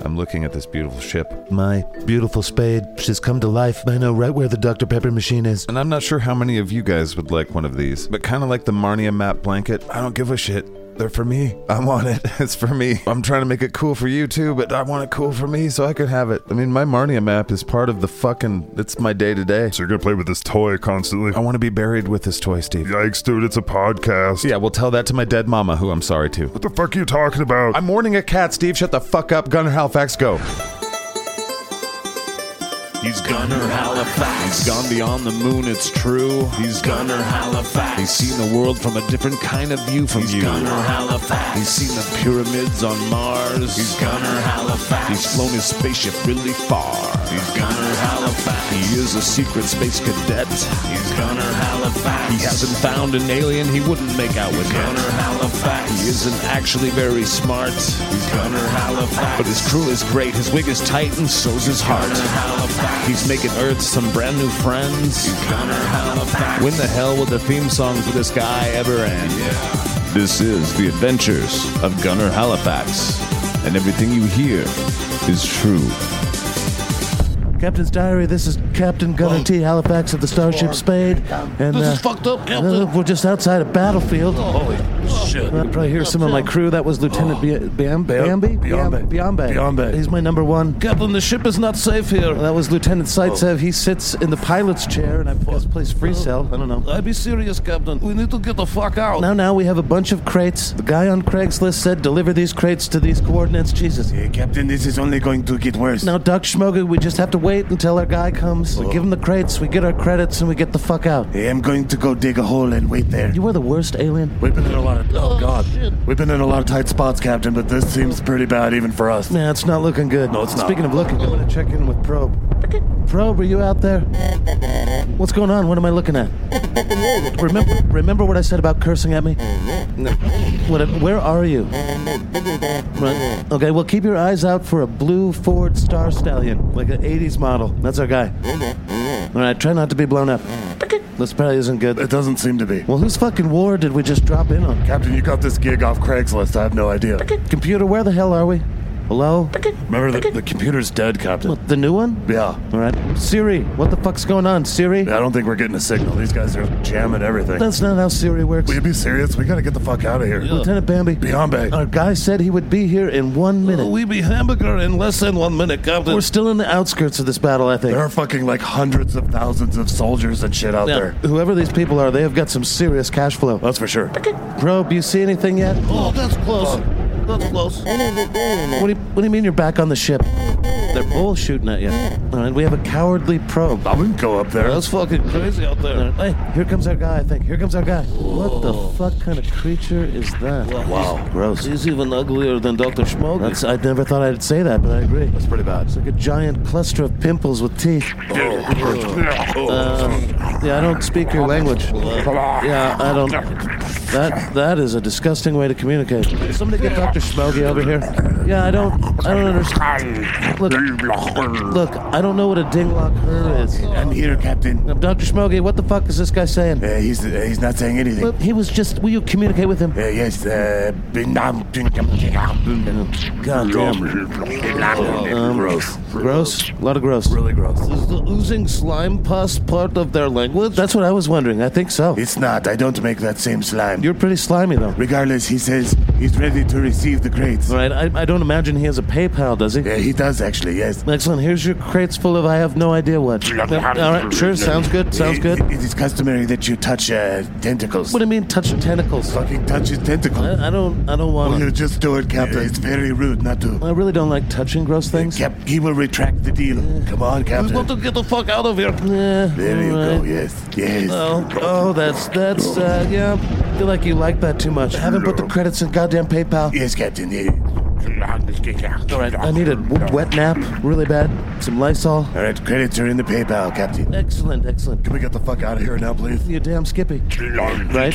[SPEAKER 7] I'm looking at this beautiful ship.
[SPEAKER 6] My beautiful spade has come to life. I know right where the Dr. Pepper machine is.
[SPEAKER 7] And I'm not sure how many of you guys would like one of these, but kind of like the Marnia map blanket, I don't give a shit. They're for me. I want it. *laughs* It's for me. I'm trying to make it cool for you too, but I want it cool for me so I could have it. I mean, my Marnia map is part of the fucking. It's my day to day.
[SPEAKER 2] So you're gonna play with this toy constantly?
[SPEAKER 11] Oh.
[SPEAKER 7] I want to be buried with this toy, Steve.
[SPEAKER 2] Yikes, dude! It's a podcast.
[SPEAKER 7] Yeah, well, tell that to my dead mama, who I'm sorry to.
[SPEAKER 2] What the fuck are you talking about?
[SPEAKER 7] I'm warning a cat, Steve. Shut the fuck up. Gunner Halifax, go.
[SPEAKER 14] He's Gunner Halifax. He's gone beyond the moon, it's true. He's Gunner Halifax. He's seen the world from a different kind of view from you. Gunner Halifax. He's seen the pyramids on Mars. He's Gunner Halifax. He's flown his spaceship really far. He's Gunner Halifax. He is a secret space cadet. He's Gunner Halifax. He hasn't found an alien he wouldn't make out with Gunner Halifax. He isn't actually very smart. He's Gunner Halifax. But his crew is great. His wig is tight and so's his heart. He's making Earth some brand new friends. When the hell will the theme song for this guy ever end? This is The Adventures of Gunnar Halifax, and everything you hear is true.
[SPEAKER 6] Captain's Diary, this is Captain Gunner T. Halifax of the Starship Spade. And,
[SPEAKER 14] This is
[SPEAKER 6] uh,
[SPEAKER 14] fucked up,
[SPEAKER 6] uh,
[SPEAKER 14] Captain. Oh,
[SPEAKER 6] we're just outside a battlefield.
[SPEAKER 14] Holy shit. Oh.
[SPEAKER 6] I probably hear some of my crew. That was Lieutenant Bi- Bam- Bambi? Biambe. Biambe. He's my number one.
[SPEAKER 14] Captain, the ship is not safe here. Oh.
[SPEAKER 6] That was Lieutenant Sightsev. He sits in the pilot's chair, and I guess plays free cell. I don't know.
[SPEAKER 14] I be serious, Captain. We need to get the fuck out.
[SPEAKER 6] Now, now we have a bunch of crates. The guy on Craigslist said, "Deliver these crates to these coordinates." Jesus.
[SPEAKER 17] Captain, this is only going to get worse.
[SPEAKER 6] Now, Duck Schmoga, we just have to wait until our guy comes. We give him the crates, we get our credits, and we get the fuck out.
[SPEAKER 17] Hey, I'm going to go dig a hole and wait there.
[SPEAKER 6] You are the worst alien.
[SPEAKER 17] We've been in a lot of oh god, we've been in a lot of tight spots, Captain. But this seems pretty bad even for us.
[SPEAKER 6] Nah, it's not looking good. No, it's not. Speaking of looking, I'm gonna check in with Probe. Probe, are you out there? What's going on? What am I looking at? Remember, remember what I said about cursing at me? No. What, where are you? Right. Okay, well, keep your eyes out for a blue Ford Star Stallion, like an 80s model. That's our guy. All right, try not to be blown up. This probably isn't
[SPEAKER 17] It
[SPEAKER 6] good.
[SPEAKER 17] doesn't seem to be.
[SPEAKER 6] Well, whose fucking war did we just drop in on?
[SPEAKER 17] Captain, you got this gig off Craigslist. I have no idea.
[SPEAKER 6] Computer, where the hell are we? Hello?
[SPEAKER 17] Remember, the, the computer's dead, Captain.
[SPEAKER 6] What, the new one?
[SPEAKER 17] Yeah.
[SPEAKER 6] All right. Siri, what the fuck's going on, Siri?
[SPEAKER 17] I don't think we're getting a signal. These guys are jamming everything.
[SPEAKER 6] That's not how Siri works.
[SPEAKER 17] Will you be serious? We gotta get the fuck out of here.
[SPEAKER 6] Lieutenant Bambi.
[SPEAKER 17] Biombe.
[SPEAKER 6] Our guy said he would be here in one minute.
[SPEAKER 14] We be hamburger in less than one minute, Captain.
[SPEAKER 6] We're still in the outskirts of this battle, I think.
[SPEAKER 17] There are fucking like hundreds of thousands of soldiers and shit out
[SPEAKER 6] Now,
[SPEAKER 17] there.
[SPEAKER 6] whoever these people are, they have got some serious cash flow.
[SPEAKER 17] That's for sure.
[SPEAKER 6] Probe, you see anything yet?
[SPEAKER 14] Oh, that's close. That's close. What do, you, what do you mean you're back on the ship? They're bull shooting at you. All right, we have a cowardly probe. I wouldn't go up there. That's fucking crazy out there. Hey, here comes our guy, I think. Here comes our guy. What the fuck kind of creature is that?
[SPEAKER 18] Wow,
[SPEAKER 14] gross. He's even uglier than Dr. Smoke. That's, I never thought I'd say that, but I agree. That's pretty bad. It's like a giant cluster of pimples with teeth. Um, yeah, I don't speak your language. Yeah, I don't. That that is a disgusting way to communicate. Somebody get Dr. Smoggy over here. Yeah, I don't. I don't understand. Look, look, I don't know what a dinglock her is.
[SPEAKER 6] I'm here, Captain.
[SPEAKER 14] Now, Dr. Smoggy, what the fuck is this guy saying?
[SPEAKER 6] Uh, he's uh, he's not saying anything.
[SPEAKER 14] Look, he was just. Will you communicate with him?
[SPEAKER 6] Uh, yes, uh, God damn.
[SPEAKER 14] Um,
[SPEAKER 6] Gross.
[SPEAKER 14] Gross. A lot of gross. Really
[SPEAKER 6] gross.
[SPEAKER 14] Is the oozing slime pus part of their language? That's what I was wondering. I think so.
[SPEAKER 6] It's not. I don't make that same slime.
[SPEAKER 14] You're pretty slimy though.
[SPEAKER 6] Regardless, he says he's ready to receive the crates.
[SPEAKER 14] Right. I, I don't imagine he has a PayPal, does he?
[SPEAKER 6] Yeah, he does actually. Yes.
[SPEAKER 14] Excellent. Here's your crates full of I have no idea what. Yep, All right. Sure. Sounds good. Sounds
[SPEAKER 6] It-
[SPEAKER 14] good.
[SPEAKER 6] it is customary that you touch uh, tentacles.
[SPEAKER 14] What do you mean touch tentacles?
[SPEAKER 6] Fucking touch his tentacle.
[SPEAKER 14] I, I don't. I don't
[SPEAKER 6] Well,
[SPEAKER 14] want.
[SPEAKER 6] you
[SPEAKER 14] to.
[SPEAKER 6] just do it, Captain. It's very rude not to.
[SPEAKER 14] I really don't like touching gross things.
[SPEAKER 6] Cap, he will retract the deal. Come on, Captain.
[SPEAKER 14] to get the fuck out of here. Yeah,
[SPEAKER 6] There you
[SPEAKER 14] all
[SPEAKER 6] go.
[SPEAKER 14] right.
[SPEAKER 6] Yes. Yes.
[SPEAKER 14] Oh, oh, that's that's uh, yeah. I feel like you like that too much. I haven't put the credits in goddamn PayPal.
[SPEAKER 6] Yes, Captain. Yeah.
[SPEAKER 14] All right, I need a w- wet nap really bad. Some
[SPEAKER 6] All
[SPEAKER 14] Lysol.
[SPEAKER 6] right, credits are in the PayPal, Captain.
[SPEAKER 14] Excellent, excellent.
[SPEAKER 6] Can we get the fuck out of here now, please?
[SPEAKER 14] You damn Skippy. Right?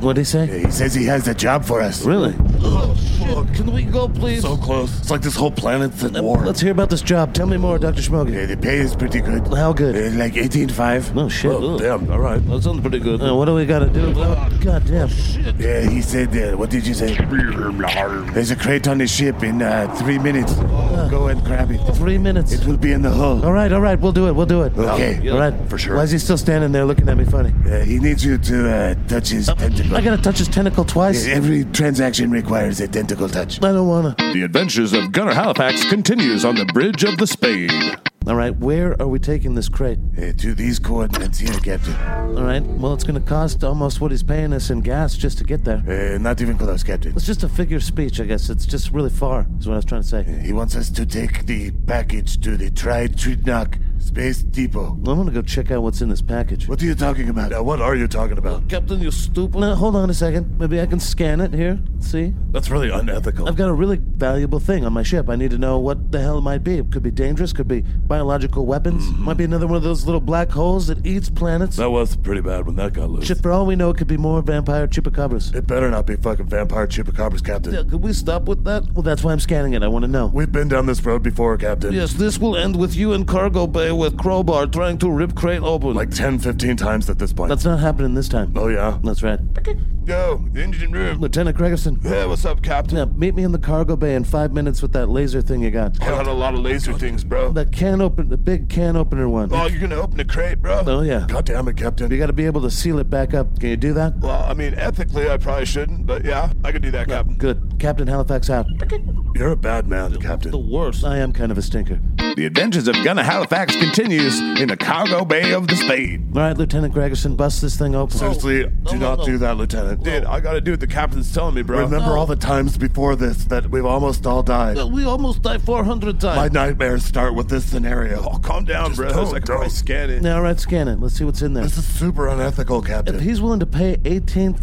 [SPEAKER 14] What'd he say?
[SPEAKER 6] He says he has a job for us.
[SPEAKER 14] Really? Oh, shit. Can we go, please?
[SPEAKER 6] So close. It's like this whole planet's at war.
[SPEAKER 14] Let's hear about this job. Tell me more, Dr. Schmogi.
[SPEAKER 6] Yeah, the pay is pretty good.
[SPEAKER 14] How good?
[SPEAKER 6] Uh, like 18.5.
[SPEAKER 14] Oh, shit. Ugh.
[SPEAKER 6] damn. All right.
[SPEAKER 18] That sounds pretty good.
[SPEAKER 14] Uh, what do we gotta do? God Oh, damn.
[SPEAKER 6] Yeah, he said, uh, what did you say? There's a crate on the ship in uh, three minutes. Go and grab it.
[SPEAKER 14] Three minutes.
[SPEAKER 6] It will be in the hull.
[SPEAKER 14] All right, all right, we'll do it, we'll do it.
[SPEAKER 6] Okay.
[SPEAKER 14] All right.
[SPEAKER 6] For sure.
[SPEAKER 14] Why is he still standing there looking at me funny?
[SPEAKER 6] Uh, he needs you to uh, touch his tentacle.
[SPEAKER 14] I gotta touch his tentacle twice.
[SPEAKER 6] Every transaction requires a tentacle touch.
[SPEAKER 14] I don't wanna.
[SPEAKER 18] The adventures of Gunnar Halifax continues on the Bridge of the Spade.
[SPEAKER 14] All right, where are we taking this crate?
[SPEAKER 6] Uh, to these coordinates here, Captain.
[SPEAKER 14] All right, well, it's gonna cost almost what he's paying us in gas just to get there.
[SPEAKER 6] Uh, not even close, Captain.
[SPEAKER 14] It's just a figure of speech, I guess. It's just really far, is what I was trying to say.
[SPEAKER 6] He wants us to take the package to the Tri-Tridnock Space Depot.
[SPEAKER 14] I'm gonna go check out what's in this package.
[SPEAKER 6] What are you talking about? Uh, what are you talking about?
[SPEAKER 14] Captain, you stupid. Now, hold on a second. Maybe I can scan it here. See?
[SPEAKER 6] That's really unethical.
[SPEAKER 14] I've got a really valuable thing on my ship. I need to know what the hell it might be. It could be dangerous, could be biological weapons, might be another one of those little black holes that eats planets.
[SPEAKER 6] Mm-hmm. That was pretty bad when that got loose.
[SPEAKER 14] Shit, for all we know, it could be more vampire chupacabras.
[SPEAKER 6] It better not be fucking vampire chupacabras, Captain.
[SPEAKER 14] Yeah, could we stop with that? Well, that's why I'm scanning it. I want to know.
[SPEAKER 6] We've been down this road before, Captain.
[SPEAKER 14] Yes, this will end with you in cargo bay with crowbar trying to rip crate open.
[SPEAKER 6] Like 10, 15 times at this point.
[SPEAKER 14] that's not happening this time.
[SPEAKER 6] oh, yeah.
[SPEAKER 14] That's right.
[SPEAKER 13] Yo, engine room.
[SPEAKER 14] Lieutenant Gregerson.
[SPEAKER 13] Yeah, what's up, Captain?
[SPEAKER 14] Now, meet me in the cargo bay in five minutes with that laser thing you got.
[SPEAKER 13] I got a lot of laser things, bro.
[SPEAKER 14] The can open, the big can opener one.
[SPEAKER 13] Oh, you're gonna open the crate, bro?
[SPEAKER 14] Oh yeah.
[SPEAKER 6] God damn it, Captain.
[SPEAKER 14] You got to be able to seal it back up. Can you do that?
[SPEAKER 13] Well, I mean, ethically, I probably shouldn't, but yeah, I could do that, Captain.
[SPEAKER 14] Good. Captain Halifax out.
[SPEAKER 6] You're a bad man, Captain.
[SPEAKER 14] worst. I am kind of a stinker.
[SPEAKER 18] The adventures of Gunnar Halifax continues in the cargo bay of the Spade.
[SPEAKER 14] All right, Lieutenant Gregerson, bust this thing open.
[SPEAKER 6] Seriously, do
[SPEAKER 14] no,
[SPEAKER 6] not
[SPEAKER 14] no.
[SPEAKER 6] do that, Lieutenant.
[SPEAKER 13] Dude, I gotta do what the captain's telling me, bro.
[SPEAKER 6] Remember
[SPEAKER 14] No.
[SPEAKER 6] all the times before this that we've almost all died.
[SPEAKER 14] we almost died 400
[SPEAKER 6] My
[SPEAKER 14] times.
[SPEAKER 6] nightmares start with this scenario.
[SPEAKER 13] Oh, calm down, bro.
[SPEAKER 6] don't,
[SPEAKER 13] It's like
[SPEAKER 6] don't.
[SPEAKER 13] I scan it.
[SPEAKER 14] Now, all right, scan it. Let's see what's in there.
[SPEAKER 6] This is super unethical, Captain.
[SPEAKER 14] If he's willing to pay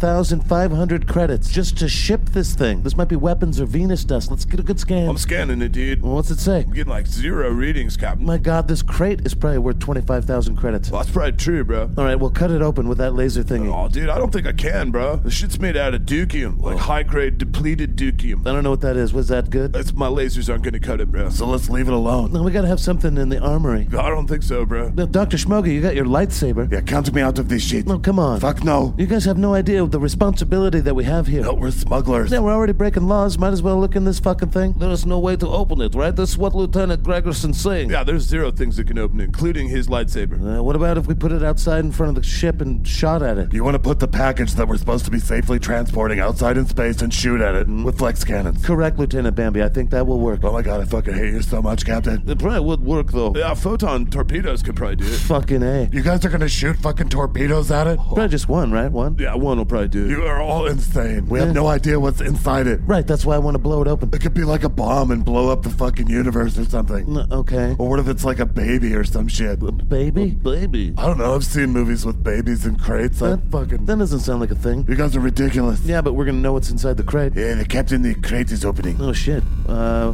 [SPEAKER 14] 18,500 credits just to ship this thing, this might be weapons or Venus dust. Let's get a good scan.
[SPEAKER 13] I'm scanning it, dude. I'm
[SPEAKER 14] Well, What's it say?
[SPEAKER 13] getting like zero readings, Captain.
[SPEAKER 14] My god, this crate is probably worth 25,000 credits.
[SPEAKER 13] Well, that's probably true, bro.
[SPEAKER 14] All right, we'll cut it open with that laser thingy.
[SPEAKER 13] Oh, dude, I don't think I can, bro. This shit's made out of dukium, like high grade depleted
[SPEAKER 14] I
[SPEAKER 13] dukium.
[SPEAKER 14] don't know what that is. Was that good?
[SPEAKER 13] That's my lasers aren't gonna cut it, bro.
[SPEAKER 6] so let's leave it alone.
[SPEAKER 14] No, we gotta have something in the armory.
[SPEAKER 13] I don't think so, bro.
[SPEAKER 14] Now, Dr. Schmogi, you got your lightsaber.
[SPEAKER 6] Yeah, count me out of this shit.
[SPEAKER 14] No, come on.
[SPEAKER 6] Fuck no.
[SPEAKER 14] You guys have no idea of the responsibility that we have here.
[SPEAKER 6] No, we're smugglers.
[SPEAKER 14] Yeah, we're already breaking laws. Might as well look in this fucking thing. There is no way to open it, right? That's what Lieutenant Gregerson and sling.
[SPEAKER 19] Yeah, there's zero things that can open it, including his lightsaber.
[SPEAKER 14] Uh, what about if we put it outside in front of the ship and shot at it?
[SPEAKER 6] You want to put the package that we're supposed to be safely transporting outside in space and shoot at it with flex cannons.
[SPEAKER 14] Hmm? Correct, Lieutenant Bambi. I think that will work.
[SPEAKER 6] Oh my god, I fucking hate you so much, Captain.
[SPEAKER 14] It probably would work though.
[SPEAKER 19] Yeah, photon torpedoes could probably do it.
[SPEAKER 14] Fucking A.
[SPEAKER 6] You guys are gonna shoot fucking torpedoes at it?
[SPEAKER 14] Probably just one, right? One?
[SPEAKER 19] Yeah, one will probably do it.
[SPEAKER 6] You are all insane. We have
[SPEAKER 14] Yeah.
[SPEAKER 6] no idea what's inside it.
[SPEAKER 14] Right, that's why I want to blow it open.
[SPEAKER 6] It could be like a bomb and blow up the fucking universe or something.
[SPEAKER 14] N- Okay.
[SPEAKER 6] Or Oh, what if it's like a baby or some shit?
[SPEAKER 14] Baby? Baby.
[SPEAKER 6] I don't know. I've seen movies with babies in crates. I
[SPEAKER 14] That-
[SPEAKER 6] fucking.
[SPEAKER 14] That doesn't sound like a thing.
[SPEAKER 6] You guys are ridiculous.
[SPEAKER 14] Yeah, but we're gonna know what's inside the crate.
[SPEAKER 6] Yeah, the captain, the crate is opening.
[SPEAKER 14] Oh shit. Uh,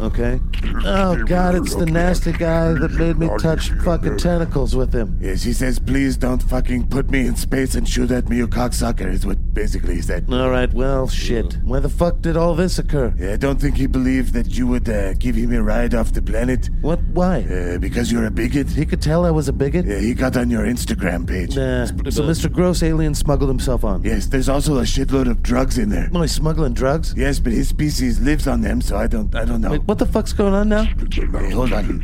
[SPEAKER 14] okay. Oh god, it's the nasty guy that made me touch fucking tentacles with him.
[SPEAKER 6] Yeah, she says, please don't fucking put me in space and shoot at me, you cocksucker, is what basically he said.
[SPEAKER 14] All right, well, shit. Where the fuck did all this occur?
[SPEAKER 6] Yeah, I don't think he believed that you would uh, give him a ride off the planet
[SPEAKER 14] What? Why?
[SPEAKER 6] uh, because you're a bigot.
[SPEAKER 14] He could tell I was a bigot.
[SPEAKER 6] Yeah, he got on your Instagram page.
[SPEAKER 14] Nah. So Mr. Gross Alien smuggled himself on.
[SPEAKER 6] Yes, there's also a shitload of drugs in there.
[SPEAKER 14] Oh, he's smuggling drugs.
[SPEAKER 6] Yes, but his species lives on them, so I don't, I don't know.
[SPEAKER 14] Wait, what the fuck's going on now?
[SPEAKER 6] Hey, hold on,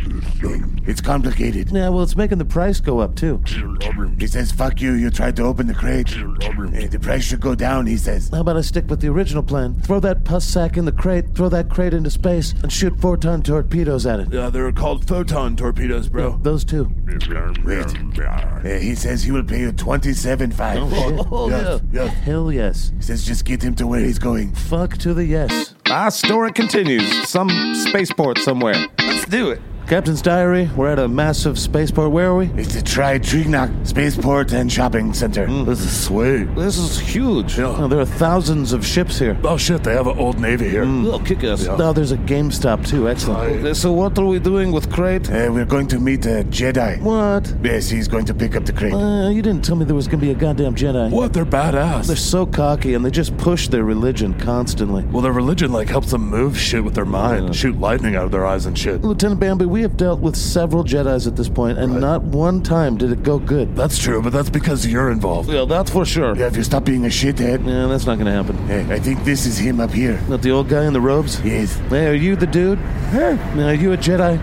[SPEAKER 6] it's complicated.
[SPEAKER 14] Yeah, well, it's making the price go up too. *clears throat*
[SPEAKER 6] He says, "Fuck you! You tried to open the crate. Hey, the price should go down." He says.
[SPEAKER 14] How about I stick with the original plan? Throw that pus sack in the crate, throw that crate into space, and shoot photon torpedoes at it.
[SPEAKER 19] Yeah, Uh, they're called photon torpedoes, bro.
[SPEAKER 14] Those two.
[SPEAKER 6] Wait. Hey, Uh, he says he will pay you twenty-seven five.
[SPEAKER 14] Oh,
[SPEAKER 6] yes,
[SPEAKER 14] yeah.
[SPEAKER 6] yes.
[SPEAKER 14] Hell yes.
[SPEAKER 6] He says, "Just get him to where he's going."
[SPEAKER 14] Fuck to the yes.
[SPEAKER 7] Our story continues. Some spaceport somewhere. Let's do it.
[SPEAKER 14] Captain's diary. We're at a massive spaceport. Where are we?
[SPEAKER 6] It's the Tri-Trignac Spaceport and Shopping Center. This is sweet.
[SPEAKER 14] Hmm. This is huge. Oh, there are thousands of ships here.
[SPEAKER 6] Oh shit, they have an old navy here.
[SPEAKER 14] Oh, kick ass. Oh, there's a GameStop too. Excellent. Okay, so what are we doing with crate?
[SPEAKER 6] Uh, we're going to meet a Jedi.
[SPEAKER 14] What?
[SPEAKER 6] Yes, he's going to pick up the crate.
[SPEAKER 14] Uh, you didn't tell me there was gonna be a goddamn Jedi.
[SPEAKER 6] What? They're badass.
[SPEAKER 14] They're so cocky and they just push their religion constantly.
[SPEAKER 6] Well, their religion like helps them move shit with their mind, shoot lightning out of their eyes and shit.
[SPEAKER 14] Lieutenant Bambi, we have dealt with several Jedi's at this point, and not one time did it go good.
[SPEAKER 6] That's true, but that's because you're involved.
[SPEAKER 14] Yeah, that's for sure.
[SPEAKER 6] Yeah, if you stop being a shithead.
[SPEAKER 14] Yeah, that's not gonna happen.
[SPEAKER 6] Hey, I think this is him up here. Uh,
[SPEAKER 14] Not the old guy in the robes?
[SPEAKER 6] Yes.
[SPEAKER 14] Hey, are you the dude? Hey. Are you a Jedi?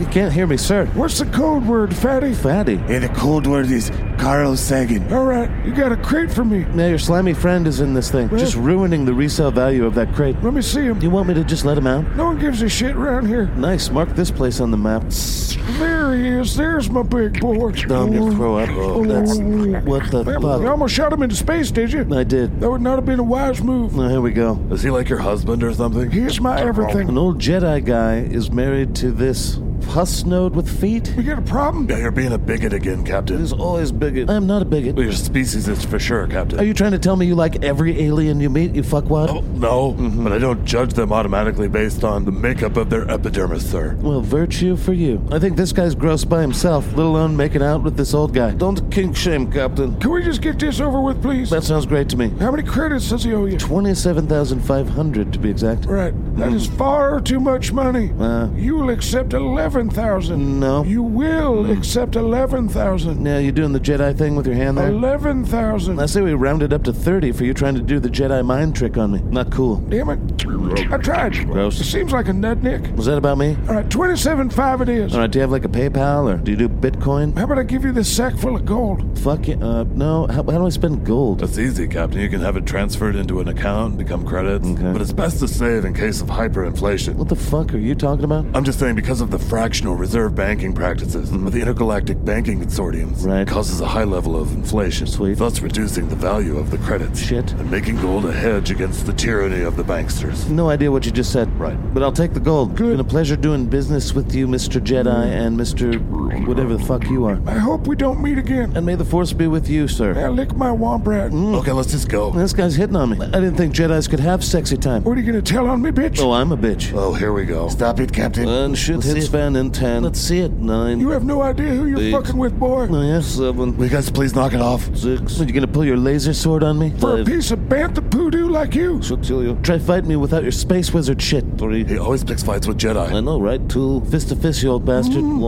[SPEAKER 14] You can't hear me, sir. What's the code word, fatty? Fatty.
[SPEAKER 6] Yeah, the code word is Carl Sagan.
[SPEAKER 13] All right, you got a crate for me.
[SPEAKER 14] Now your slimy friend is in this thing, just ruining the resale value of that crate.
[SPEAKER 13] Let me see him.
[SPEAKER 14] You want me to just let him out?
[SPEAKER 13] No one gives a shit around here.
[SPEAKER 14] Nice. Mark this place on the map.
[SPEAKER 13] There he is. There's my big boy.
[SPEAKER 14] No, I'm gonna throw up.
[SPEAKER 1] Oh,
[SPEAKER 14] That's what the
[SPEAKER 13] Man, You
[SPEAKER 14] fuck.
[SPEAKER 13] almost shot him into space, did you?
[SPEAKER 14] I did.
[SPEAKER 13] That would not have been a wise move.
[SPEAKER 14] Now here we go.
[SPEAKER 6] Is he like your husband or something?
[SPEAKER 13] He's my everything.
[SPEAKER 14] An old Jedi guy is married to this pus node with feet.
[SPEAKER 13] You got a problem?
[SPEAKER 6] Yeah, you're being a bigot again, Captain.
[SPEAKER 14] He's always bigot. I'm not a bigot.
[SPEAKER 6] Well, Your species is for sure, Captain.
[SPEAKER 14] Are you trying to tell me you like every alien you meet? You fuckwad. Mm-hmm.
[SPEAKER 6] Oh, no, but I don't judge them automatically based on the makeup of their epidermis, sir.
[SPEAKER 14] Well, virtue for you. I think this guy's gross by himself, let alone making out with this old guy. Don't kink shame, Captain.
[SPEAKER 13] Can we just get this over with, please?
[SPEAKER 14] That sounds great to me.
[SPEAKER 13] How many credits does he owe you?
[SPEAKER 14] Twenty-seven thousand five hundred to be exact. Mm-hmm.
[SPEAKER 13] Right. That is far too much money.
[SPEAKER 14] Uh,
[SPEAKER 13] You will accept 11,000.
[SPEAKER 14] no.
[SPEAKER 13] You will accept 11,000.
[SPEAKER 14] Now you're doing the Jedi thing with your hand there.
[SPEAKER 13] 11,000.
[SPEAKER 14] I say we rounded up to thirty for you trying to do the Jedi mind trick on me. Not cool.
[SPEAKER 13] Damn it. I tried.
[SPEAKER 14] Gross.
[SPEAKER 13] It seems like a nutnick.
[SPEAKER 14] Was that about me?
[SPEAKER 13] All right, 27.5 it is.
[SPEAKER 14] All right. Do you have like a PayPal or do you do Bitcoin?
[SPEAKER 13] How about I give you this sack full of gold?
[SPEAKER 14] Fuck it. Uh, no. How, how do I spend gold?
[SPEAKER 6] That's easy, Captain. You can have it transferred into an account, become credits,
[SPEAKER 14] Okay.
[SPEAKER 6] but it's best to save in case of hyperinflation.
[SPEAKER 14] What the fuck are you talking about? Mm-hmm.
[SPEAKER 6] I'm just saying because of the fractional reserve banking practices with the intergalactic banking consortiums
[SPEAKER 14] Right.
[SPEAKER 6] causes a high level of inflation,
[SPEAKER 14] Sweet.
[SPEAKER 6] thus reducing the value of the credits
[SPEAKER 14] Shit.
[SPEAKER 6] and making gold a hedge against the tyranny of the banksters.
[SPEAKER 14] No idea what you just said.
[SPEAKER 6] Right.
[SPEAKER 14] But I'll take the gold. Good. Been a pleasure doing business with you, Mr. Jedi,
[SPEAKER 6] Mm.
[SPEAKER 14] and Mr. whatever the fuck you are.
[SPEAKER 13] I hope we don't meet again.
[SPEAKER 14] And may the force be with you, sir. Mm.
[SPEAKER 13] Now lick my womp rat.
[SPEAKER 6] Okay, let's just go.
[SPEAKER 14] This guy's hitting on me. I didn't think Jedi's could have sexy time.
[SPEAKER 13] What are you going to tell on me, bitch?
[SPEAKER 14] Oh, I'm a bitch.
[SPEAKER 6] Oh, here we go. Stop it, Captain.
[SPEAKER 14] And shit hits 10 and 10. Let's see it. 9.
[SPEAKER 13] You have no idea who you're
[SPEAKER 14] Eight.
[SPEAKER 13] fucking with, boy.
[SPEAKER 14] Oh, yeah. 7. Will you guys please knock it off? 6. Are you going to pull your laser sword on me?
[SPEAKER 13] For a piece of bantha poodoo like you.
[SPEAKER 14] So kill you. Try fight me without your space wizard shit. 3. He always picks fights with Jedi. I know, right? 2. Fist to fist, you old bastard. 1.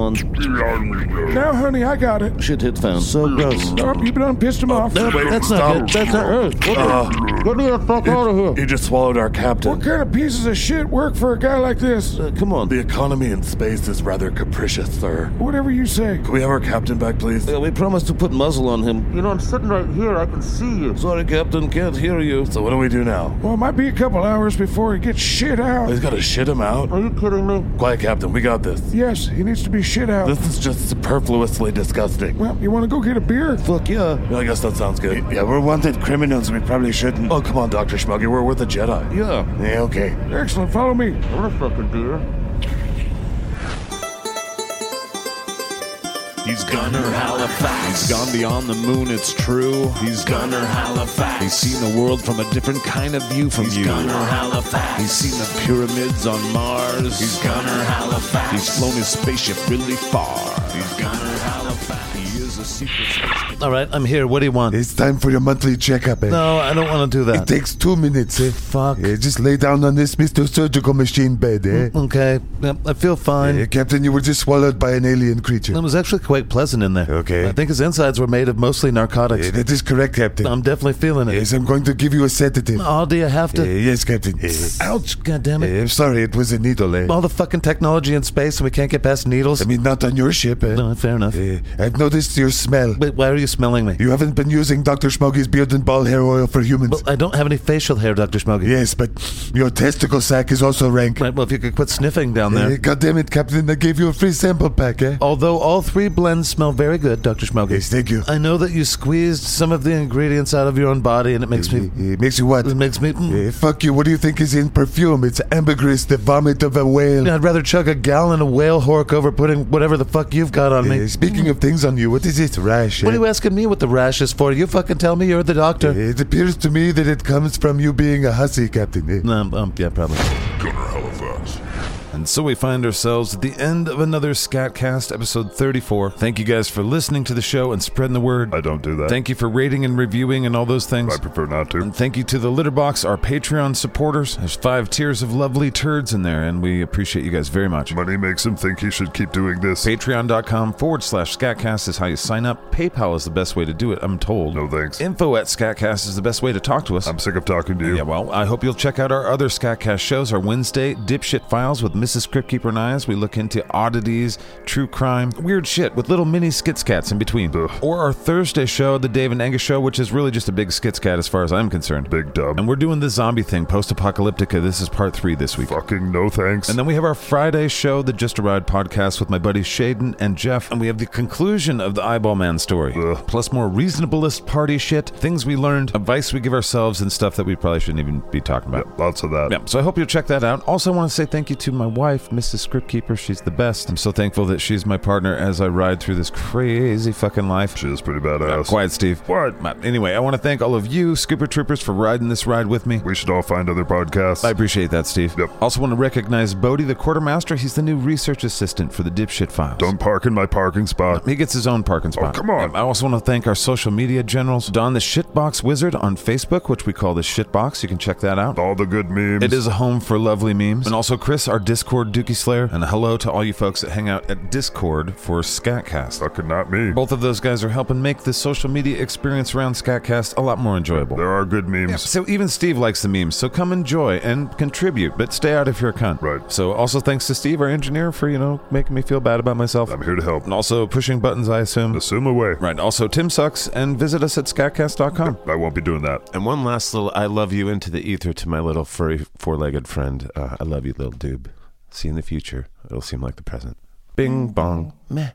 [SPEAKER 13] Now, honey, I got it.
[SPEAKER 14] Shit hit found. So gross.
[SPEAKER 13] Oh, you done pissed him off.
[SPEAKER 14] That- that's not good. That's not Earth. What the- Get me the fuck out of here.
[SPEAKER 6] You just swallowed our captain.
[SPEAKER 13] What kind of pieces of shit work for a guy like this?
[SPEAKER 14] come on.
[SPEAKER 6] The economy in space is rather capricious, sir.
[SPEAKER 13] Whatever you say.
[SPEAKER 6] Can we have our captain back, please?
[SPEAKER 14] Yeah, we promised to put muzzle on him. You know, I'm sitting right here. I can see you. Sorry, Captain. Can't hear you.
[SPEAKER 6] So what do we do now?
[SPEAKER 13] Well, it might be a couple hours before he gets shit out.
[SPEAKER 6] He's got to shit him out. Uh, Are you kidding me? Quiet, captain. We got this.
[SPEAKER 13] Yes, he needs to be shit out.
[SPEAKER 6] This is just superfluously disgusting.
[SPEAKER 13] Well, you want to go get a beer?
[SPEAKER 14] Fuck yeah.
[SPEAKER 6] I guess that sounds good. Yeah, we're wanted criminals. We probably shouldn't. Oh, come on, Dr. Schmuggy. We're with the Jedi.
[SPEAKER 14] Yeah.
[SPEAKER 6] Yeah, okay.
[SPEAKER 13] Excellent. Follow me.
[SPEAKER 14] I'm a fucking deer.
[SPEAKER 18] He's Gunner Halifax. He's gone beyond the moon, it's true. He's Gunner Halifax. He's seen the world from a different kind of view from you. Gunner Halifax. He's seen the pyramids on Mars. He's Gunner Halifax. He's flown his spaceship really far. He's Gunner Halifax. He is a secret space.
[SPEAKER 14] All right, I'm here. What do you want?
[SPEAKER 11] It's time for your monthly checkup, eh?
[SPEAKER 14] No, I don't want to do
[SPEAKER 11] It
[SPEAKER 14] that.
[SPEAKER 11] takes two minutes, eh?
[SPEAKER 14] Fuck.
[SPEAKER 11] Yeah, just lay down on this Mr. Surgical Machine bed, eh?
[SPEAKER 14] Okay. Yep, I feel fine.
[SPEAKER 11] Yeah, Captain, you were just swallowed by an alien creature.
[SPEAKER 14] It was actually quite pleasant in there. Okay. I think his insides were made of mostly narcotics.
[SPEAKER 11] Yeah, that is correct, Captain.
[SPEAKER 14] I'm definitely feeling it.
[SPEAKER 11] Yes, I'm going to give you a sedative.
[SPEAKER 14] Oh, do you have
[SPEAKER 11] Yeah,
[SPEAKER 14] to?
[SPEAKER 11] yes, Captain. Yeah.
[SPEAKER 14] Ouch. God damn it.
[SPEAKER 11] Yeah, I'm sorry, it was a needle, eh?
[SPEAKER 14] All the fucking technology in space and we can't get past needles.
[SPEAKER 11] I mean, not on your ship, eh?
[SPEAKER 14] No, fair enough.
[SPEAKER 11] Yeah, I've noticed your smell.
[SPEAKER 14] Wait, why are you smelling me?
[SPEAKER 11] You haven't been using Dr. Schmoggy's beard and ball hair oil for humans.
[SPEAKER 14] Well, I don't have any facial hair, Dr. Smoggy.
[SPEAKER 11] yes, but your testicle sack is also rank.
[SPEAKER 14] Right, well, if you could quit sniffing down there.
[SPEAKER 11] Eh, God damn it, Captain, I gave you a free sample pack, eh?
[SPEAKER 14] Although all three blends smell very good, Dr. Schmoggy.
[SPEAKER 11] Yes, thank you.
[SPEAKER 14] I know that you squeezed some of the ingredients out of your own body and it makes me.
[SPEAKER 11] It makes you what?
[SPEAKER 14] It makes me. mm.
[SPEAKER 11] Eh, fuck you, what do you think is in perfume? It's ambergris, the vomit of a whale.
[SPEAKER 14] I'd rather chug a gallon of whale hork over putting whatever the fuck you've got on
[SPEAKER 11] Eh,
[SPEAKER 14] me.
[SPEAKER 11] speaking of things on you, what is it, rash?
[SPEAKER 14] What
[SPEAKER 11] eh?
[SPEAKER 14] are you asking me what the rash is for? You fucking tell me you're the doctor.
[SPEAKER 11] Eh, It appears to me that it comes from you being a hussy, Captain. eh?
[SPEAKER 14] Um, um, yeah, probably.
[SPEAKER 4] Gunner Halifax.
[SPEAKER 7] And so we find ourselves at the end of another Scatcast, episode 34. Thank you guys for listening to the show and spreading the word.
[SPEAKER 2] I don't do that.
[SPEAKER 7] Thank you for rating and reviewing and all those things.
[SPEAKER 2] I prefer not to.
[SPEAKER 7] And thank you to the litter box, our Patreon supporters. There's five tiers of lovely turds in there, and we appreciate you guys very much.
[SPEAKER 2] Money makes him think he should keep doing this.
[SPEAKER 7] Patreon.com forward slash scatcast is how you sign up. PayPal is the best way to do it, I'm told.
[SPEAKER 2] No thanks.
[SPEAKER 7] Info at scatcast is the best way to talk to us.
[SPEAKER 2] I'm sick of talking to you.
[SPEAKER 7] Yeah, well, I hope you'll check out our other Scatcast shows. Our Wednesday Dipshit Files with Mrs. Cryptkeeper and I, as we look into oddities, true crime, weird shit with little mini skitscats in between.
[SPEAKER 2] Ugh.
[SPEAKER 7] Or our Thursday show, the Dave and Angus show, which is really just a big skitscat as far as I'm concerned.
[SPEAKER 2] Big dumb.
[SPEAKER 7] And we're doing the zombie thing, post apocalyptica. This is part three this week.
[SPEAKER 2] Fucking no thanks.
[SPEAKER 7] And then we have our Friday show, the Just a Ride podcast with my buddies Shaden and Jeff. And we have the conclusion of the Eyeball Man story.
[SPEAKER 2] Ugh.
[SPEAKER 7] Plus more reasonablest party shit, things we learned, advice we give ourselves, and stuff that we probably shouldn't even be talking about.
[SPEAKER 2] Yeah, lots of that.
[SPEAKER 7] Yeah, so I hope you'll check that out. Also, want to say thank you to my wife, Mrs. Scriptkeeper. She's the best. I'm so thankful that she's my partner as I ride through this crazy fucking life.
[SPEAKER 2] She is pretty
[SPEAKER 7] Uh,
[SPEAKER 2] badass.
[SPEAKER 7] quiet, Steve.
[SPEAKER 2] What?
[SPEAKER 7] Uh, Anyway, I want to thank all of you, Scooper Troopers, for riding this ride with me.
[SPEAKER 2] We should all find other podcasts.
[SPEAKER 7] I appreciate that, Steve.
[SPEAKER 2] Yep.
[SPEAKER 7] Also, want to recognize Bodie, the quartermaster. He's the new research assistant for the Dipshit Files.
[SPEAKER 2] Don't park in my parking spot.
[SPEAKER 7] He gets his own parking spot.
[SPEAKER 2] come on.
[SPEAKER 7] I also want to thank our social media generals, Don the Shitbox Wizard on Facebook, which we call the Shitbox. You can check that out.
[SPEAKER 2] All the good memes.
[SPEAKER 7] It is a home for lovely memes. And also Chris, our Discord Dookie Slayer. And hello to all you folks that hang out at Discord for Scatcast.
[SPEAKER 2] Fucking not me.
[SPEAKER 7] Both of those guys are helping make the social media experience around Scatcast a lot more enjoyable.
[SPEAKER 2] There are good
[SPEAKER 7] Yeah,
[SPEAKER 2] memes.
[SPEAKER 7] so even Steve likes the memes, so come enjoy and contribute, but stay out if you're a cunt.
[SPEAKER 2] Right.
[SPEAKER 7] So also thanks to Steve, our engineer, for, you know, making me feel bad about myself.
[SPEAKER 2] I'm here to help.
[SPEAKER 7] And also pushing buttons, I assume.
[SPEAKER 2] Assume away.
[SPEAKER 7] Right. Also, Tim sucks, and visit us at scatcast.com.
[SPEAKER 2] I won't be doing that.
[SPEAKER 20] *clears throat* And one last little I love you into the ether to my little furry four legged friend. Uh, I love you, little doob. See you in the future. It'll seem like the present. Bing bong. Meh.